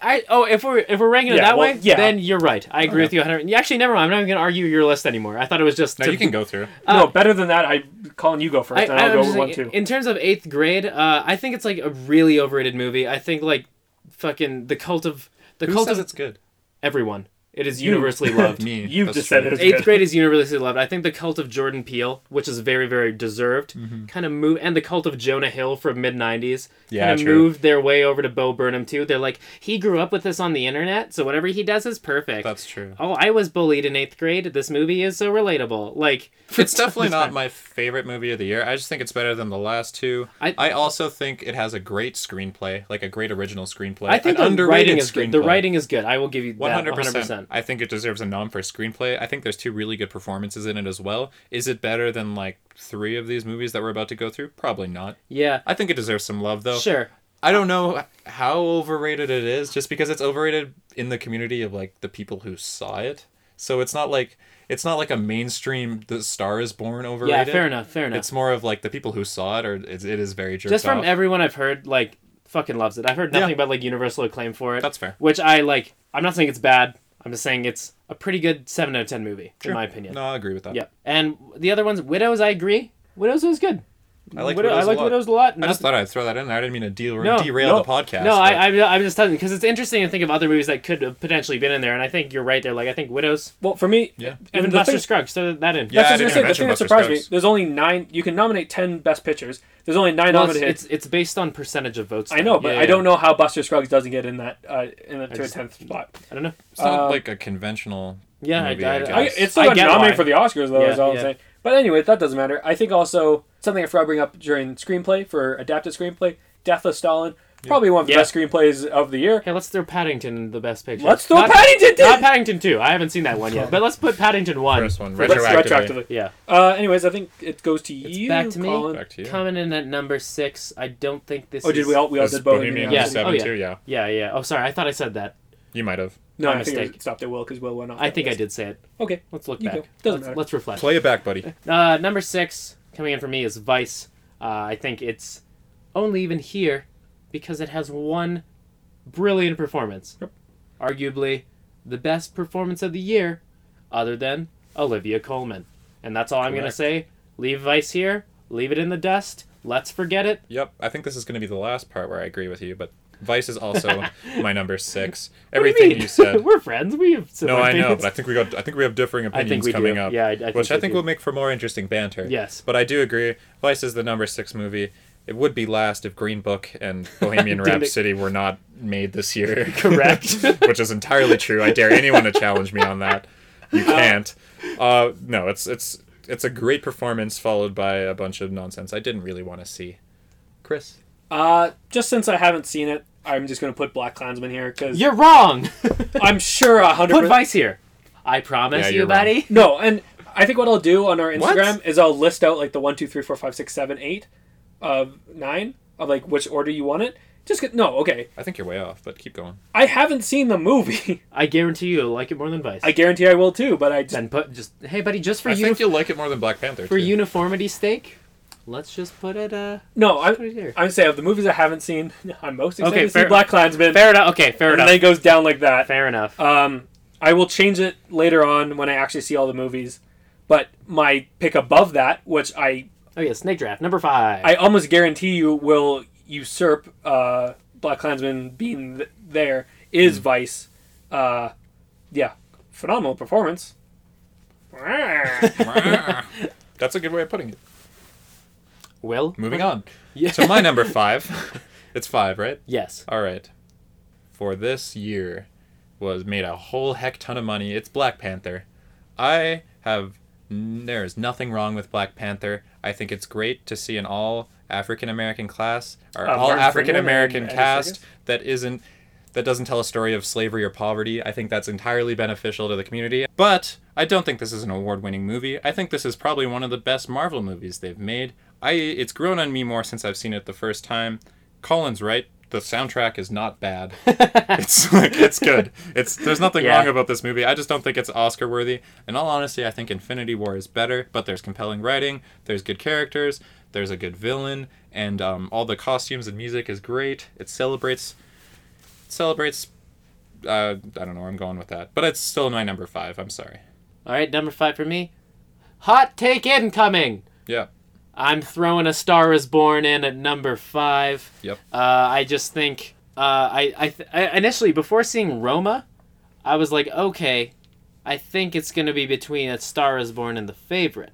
S1: I oh if we're if we're ranking it
S2: Yeah,
S1: that
S2: well,
S1: way,
S2: yeah.
S1: then you're right. I agree with you 100. yeah, Actually, never mind. I'm not even gonna argue your list anymore. I thought it was just.
S3: no,
S1: to-
S3: you can go through.
S2: no, better than that. I Colin, you go first,
S1: I,
S2: and I'll
S1: I'm
S2: go
S1: just
S2: with one
S1: saying,
S2: too.
S1: in terms of eighth grade, uh, I think it's like a really overrated movie. I think like fucking the cult of the
S3: Who
S1: cult
S3: says
S1: of
S3: it's good?
S1: everyone. It is
S2: You.
S1: universally loved.
S3: Me.
S2: You've
S3: That's
S2: just said
S3: true.
S2: it.
S1: Eighth
S2: good.
S1: grade is universally loved. I think the cult of Jordan Peele, which is very, very deserved,
S3: Mm-hmm.
S1: kind of moved, and the cult of Jonah Hill from mid '90s,
S3: Yeah,
S1: kind of
S3: true.
S1: moved their way over to Bo Burnham too. They're like, he grew up with this on the internet, so whatever he does is perfect.
S3: That's true.
S1: Oh, I was bullied in eighth grade. This movie is so relatable. Like,
S3: It's definitely not my favorite movie of the year. I just think it's better than the last two.
S1: I-
S3: I, also think it has a great screenplay, like a great original screenplay.
S1: I think
S3: an
S1: the writing
S3: underrated
S1: is good. The
S3: screenplay.
S1: writing is good. I will give you
S3: One
S1: that
S3: hundred
S1: 100%.
S3: percent. I think it deserves a nom for screenplay. I think there's two really good performances in it as well. Is it better than like three of these movies that we're about to go through? Probably not.
S1: Yeah,
S3: I think it deserves some love though.
S1: sure.
S3: I don't know how overrated it is, just because it's overrated in the community of like the people who saw it. So it's not like it's not like a mainstream The Star Is Born
S1: Yeah,
S3: overrated.
S1: fair enough. Fair enough.
S3: It's more of like the people who saw it, or it's, it is very jerked
S1: just from
S3: off.
S1: everyone I've heard, like fucking loves it. I've heard nothing
S3: Yeah.
S1: but like universal acclaim for it.
S3: That's fair.
S1: Which I like. I'm not saying it's bad. I'm just saying it's a pretty good seven out of ten movie
S3: Sure.
S1: in my opinion.
S3: No, I agree with that.
S1: Yeah. And the other ones, Widows, I agree. Widows was good.
S3: I like
S1: Widow-
S3: Widows
S1: I like
S3: a lot.
S1: Widows a lot.
S3: I just
S1: Nothing-
S3: thought I'd throw that in there. I didn't mean to deal-
S1: No,
S3: derail
S2: no.
S3: the podcast.
S1: no,
S3: but-
S1: I, I, I'm just telling because it's interesting to think of other movies that could have potentially been in there, and I think you're right there. Like I think Widows,
S2: Well, for me,
S3: Yeah.
S1: even
S2: the
S1: Buster
S2: thing-
S1: Scruggs, throw that in.
S2: That's
S3: Yeah, I
S2: what I was
S3: didn't
S2: gonna say. The
S3: mention
S2: thing that
S3: Buster
S2: surprised me.
S3: Scruggs.
S2: There's only nine. You can nominate ten best pictures. There's only nine
S1: Well, it's,
S2: nominated.
S1: it's it's based on percentage of votes.
S2: I know, but I don't know how Buster Scruggs doesn't get in that uh, in the to a
S1: just-
S2: tenth spot.
S1: I don't know.
S3: It's not
S2: Uh,
S3: like a conventional.
S1: Yeah,
S3: movie,
S1: I- I- I-
S3: I,
S2: I,
S3: guess.
S2: it's still
S1: I
S2: got
S1: get
S2: nominated
S1: why.
S2: for the Oscars though.
S1: Yeah,
S2: is all
S1: yeah.
S2: I'm saying. But anyway, that doesn't matter. I think also something I forgot to bring up during screenplay for adapted screenplay, Death of Stalin, probably one of the
S1: Yeah.
S2: best screenplays of the year.
S1: Okay, let's throw Paddington in the best picture.
S2: Let's throw
S1: Not-
S2: Paddington. in!
S1: Not Paddington 2. I haven't seen that one yet. But let's put Paddington 1.
S3: First one,
S2: Let's-
S3: retroactively.
S1: Yeah.
S2: Uh, anyways, I think it goes to you.
S1: back to me.
S2: Colin.
S3: Back to you.
S1: Coming in at number 6. I don't think this
S2: Oh,
S1: is...
S2: did we all we all
S3: That's
S2: did
S3: Bohemian
S2: Bohemian?
S1: Yeah.
S2: Rhapsody.
S3: Seven
S1: Oh, yeah.
S3: too. Yeah,
S1: Yeah, yeah. Oh, sorry. I thought I said that.
S3: you might have.
S2: No,
S1: My
S2: I think I
S1: mistake.
S2: stopped at Will because Will went off.
S1: I
S2: that
S1: think I
S2: list.
S1: did say it.
S2: Okay.
S1: Let's look
S2: You
S1: back.
S2: go. Doesn't
S1: let's,
S2: matter.
S1: let's reflect.
S3: Play it back, buddy.
S1: Uh, number 6 coming in for me is Vice. Uh, I think it's only even here because it has one brilliant performance. Arguably the best performance of the year other than Olivia Colman. And that's all I'm going to
S3: Correct.
S1: say. Leave Vice here. Leave it in the dust. Let's forget it.
S3: Yep, I think this is going to be the last part where I agree with you, but Vice is also my number six.
S1: What do
S3: Everything
S1: mean?
S3: you said.
S1: We're friends. We have
S3: no,
S1: similar
S3: I know,
S1: opinions.
S3: but I think we got. I think we have differing
S1: I think
S3: opinions
S1: we
S3: coming
S1: do.
S3: up.
S1: Yeah, I, I think
S3: which
S1: we
S3: I think
S1: do.
S3: will make for more interesting banter.
S1: Yes.
S3: but I do agree. Vice is the number six movie. It would be last if Green Book and Bohemian
S1: Didn't-
S3: Rhapsody were not made this year.
S1: correct.
S3: which is entirely true. I dare anyone to challenge me on that. You can't. Uh, no, it's it's it's a great performance followed by a bunch of nonsense I didn't really want to see. Chris,
S2: Uh, just since I haven't seen it, I'm just gonna put Black Klansman here because
S1: You're wrong.
S2: I'm sure a hundred.
S1: Put
S2: percent
S1: Vice here. I promise
S3: Yeah,
S1: you,
S3: you're wrong.
S1: buddy.
S2: No, and I think what I'll do on our
S3: What?
S2: Instagram is I'll list out like the one, two, three, four, five, six, seven, eight of nine of like which order you want it. Just get, no, okay.
S3: I think you're way off, but keep going.
S2: I haven't seen the movie.
S1: I guarantee you, will like it more than Vice.
S2: I guarantee I will too, but I just
S1: then put just hey, buddy, just for
S3: I
S1: uni-
S3: think you'll like it more than Black Panther.
S1: for
S3: too.
S1: uniformity's sake. Let's just put it. Uh,
S2: no. I'm
S1: Put it here.
S2: I'm saying of the movies I haven't seen, I'm most excited
S1: Okay,
S2: to see
S1: fair-
S2: Black Klansman,
S1: fair enough. Okay, fair
S2: and
S1: enough.
S2: then it goes down like that.
S1: Fair enough.
S2: Um, I will change it later on when I actually see all the movies. But my pick above that, which I
S1: oh yeah, snake draft number five.
S2: I almost guarantee you will usurp uh, Black Klansman being th- there, is
S1: Hmm.
S2: Vice. Uh, yeah, phenomenal performance.
S3: That's a good way of putting it.
S1: Will
S3: Moving on.
S1: Yeah.
S3: So my number five. it's five, right?
S1: yes.
S3: All right. For this year, was made a whole heck ton of money. It's Black Panther. I have. There is nothing wrong with Black Panther. I think it's great to see an all African American class or
S2: Uh,
S3: all
S2: Martin
S3: African American
S2: Freeman and Andy
S3: cast that isn't that doesn't tell a story of slavery or poverty. I think that's entirely beneficial to the community. But I don't think this is an award-winning movie. I think this is probably one of the best Marvel movies they've made. I it's grown on me more since I've seen it the first time. Colin's right. the soundtrack is not bad. it's like it's good. It's there's nothing
S1: Yeah.
S3: wrong about this movie. I just don't think it's Oscar worthy. In all honesty, I think Infinity War is better, but there's compelling writing, there's good characters, there's a good villain, and um, all the costumes and music is great. It celebrates it celebrates uh, I don't know where I'm going with that. But it's still my number five. I'm sorry.
S1: All right, number five for me. Hot take incoming.
S3: Yeah.
S1: I'm throwing a Star Is Born in at number five.
S3: Yep.
S1: Uh, I just think uh, I, I, th- I initially before seeing Roma, I was like, okay, I think it's gonna be between A Star Is Born and The Favorite,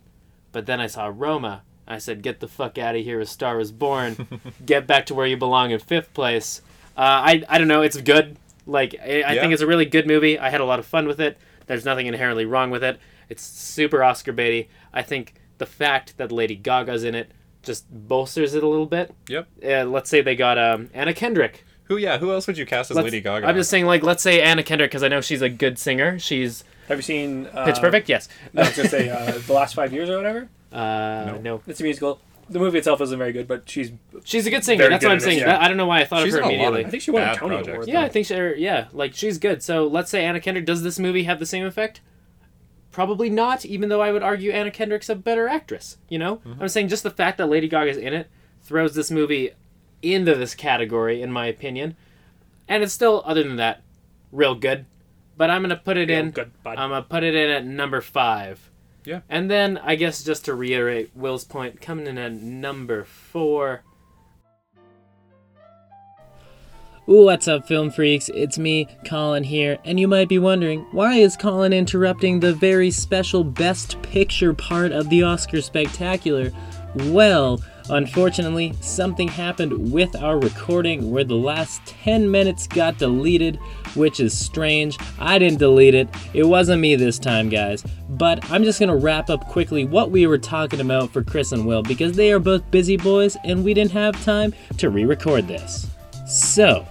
S1: but then I saw Roma. I said, get the fuck out of here, A Star Is Born. get back to where you belong in fifth place. Uh, I I don't know. It's good. Like I, I
S3: Yeah.
S1: think it's a really good movie. I had a lot of fun with it. There's nothing inherently wrong with it. It's super Oscar baity. I think the fact that Lady Gaga's in it just bolsters it a little bit
S3: Yep.
S1: uh, let's say they got um, Anna Kendrick.
S3: Who? Yeah. Who else would you cast as
S1: Let's-
S3: Lady Gaga?
S1: I'm just saying, like, let's say Anna Kendrick because I know she's a good singer. She's
S2: Have you seen uh,
S1: Pitch Perfect. Yes.
S2: I was gonna say uh, the last five years or whatever.
S1: Uh, no.
S2: It's a musical. The movie itself isn't very good, but she's.
S1: she's a good singer.
S2: Very
S1: That's
S2: good
S1: what I'm
S2: at it,
S1: saying.
S2: yeah.
S1: That- I don't know why I thought
S3: She's
S1: of
S3: in
S1: her
S3: a lot of
S1: immediately.
S2: I think she won a
S3: Bad
S2: Tony
S3: projects,
S2: Award.
S3: though.
S1: yeah, I think she. or, Yeah, like she's good. So let's say Anna Kendrick. Does this movie have the same effect? Probably not. Even though I would argue Anna Kendrick's a better actress. You know,
S3: Mm-hmm.
S1: I'm saying just the fact that Lady Gaga's in it throws this movie into this category, in my opinion, and it's still, other than that, real good. But I'm gonna put it
S2: Real
S1: in.
S2: good, bud.
S1: I'm gonna put it in at number five.
S3: Yeah.
S1: And then I guess just to reiterate Will's point, coming in at number four. What's up, film freaks? It's me, Colin here, and you might be wondering why is Colin interrupting the very special Best Picture part of the Oscar Spectacular? Well, unfortunately, something happened with our recording where the last 10 minutes got deleted, which is strange. I didn't delete it, it wasn't me this time, guys. But I'm just gonna wrap up quickly what we were talking about for Chris and Will because they are both busy boys and we didn't have time to re record this. So,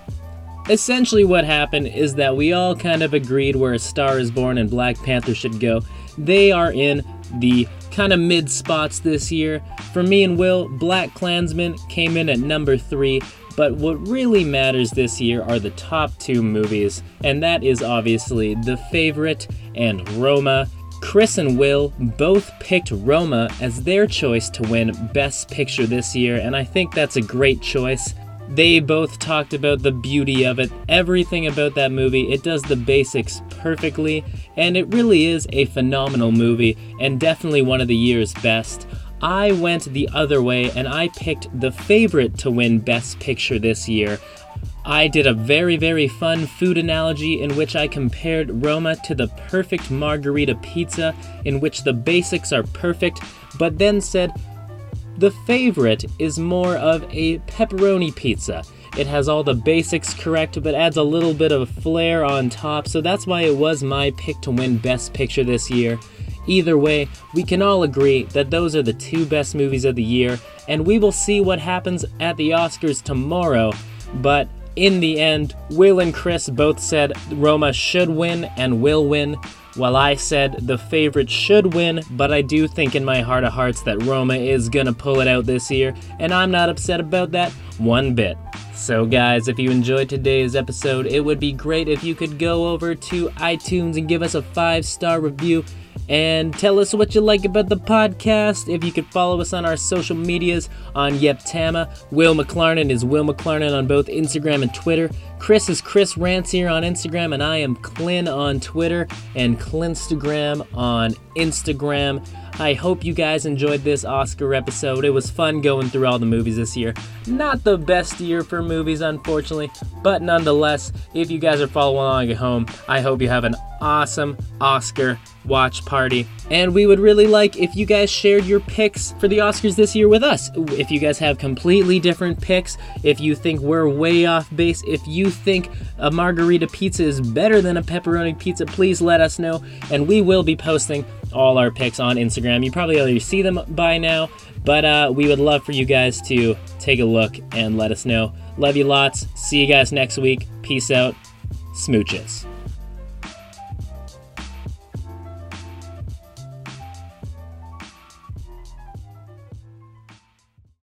S1: essentially, what happened is that we all kind of agreed where A Star is Born and Black Panther should go. They are in the kind of mid spots this year. For me and Will, Black Klansman came in at number three, but what really matters this year are the top two movies, and that is obviously The Favorite and Roma. Chris and Will both picked Roma as their choice to win Best Picture this year, and I think that's a great choice. They both talked about the beauty of it, everything about that movie. It does the basics perfectly, and it really is a phenomenal movie and definitely one of the year's best. I went the other way and I picked the favorite to win Best Picture this year. I did a very, very fun food analogy in which I compared Roma to the perfect margarita pizza, in which the basics are perfect, but then said, the favorite is more of a pepperoni pizza. It has all the basics correct, but adds a little bit of flair on top, so that's why it was my pick to win Best Picture this year. Either way, we can all agree that those are the two best movies of the year, and we will see what happens at the Oscars tomorrow. But in the end, Will and Chris both said Roma should win and will win, while I said the favorite should win, but I do think in my heart of hearts that Roma is gonna pull it out this year, and I'm not upset about that one bit. So, guys, if you enjoyed today's episode, it would be great if you could go over to iTunes and give us a five star review and tell us what you like about the podcast. If you could follow us on our social medias on Yeptama, Will McLarnon is Will McLarnon on both Instagram and Twitter. Chris is Chris Rancier on Instagram, and I am Clint on Twitter and Clinstagram on Instagram. I hope you guys enjoyed this Oscar episode. It was fun going through all the movies this year. Not the best year for movies, unfortunately, but nonetheless, if you guys are following along at home, I hope you have an awesome Oscar watch party. And we would really like if you guys shared your picks for the Oscars this year with us. If you guys have completely different picks, if you think we're way off base, if you think a margarita pizza is better than a pepperoni pizza, please let us know. And we will be posting all our picks on Instagram. You probably already see them by now, but uh, we would love for you guys to take a look and let us know. Love you lots. See you guys next week. Peace out. Smooches.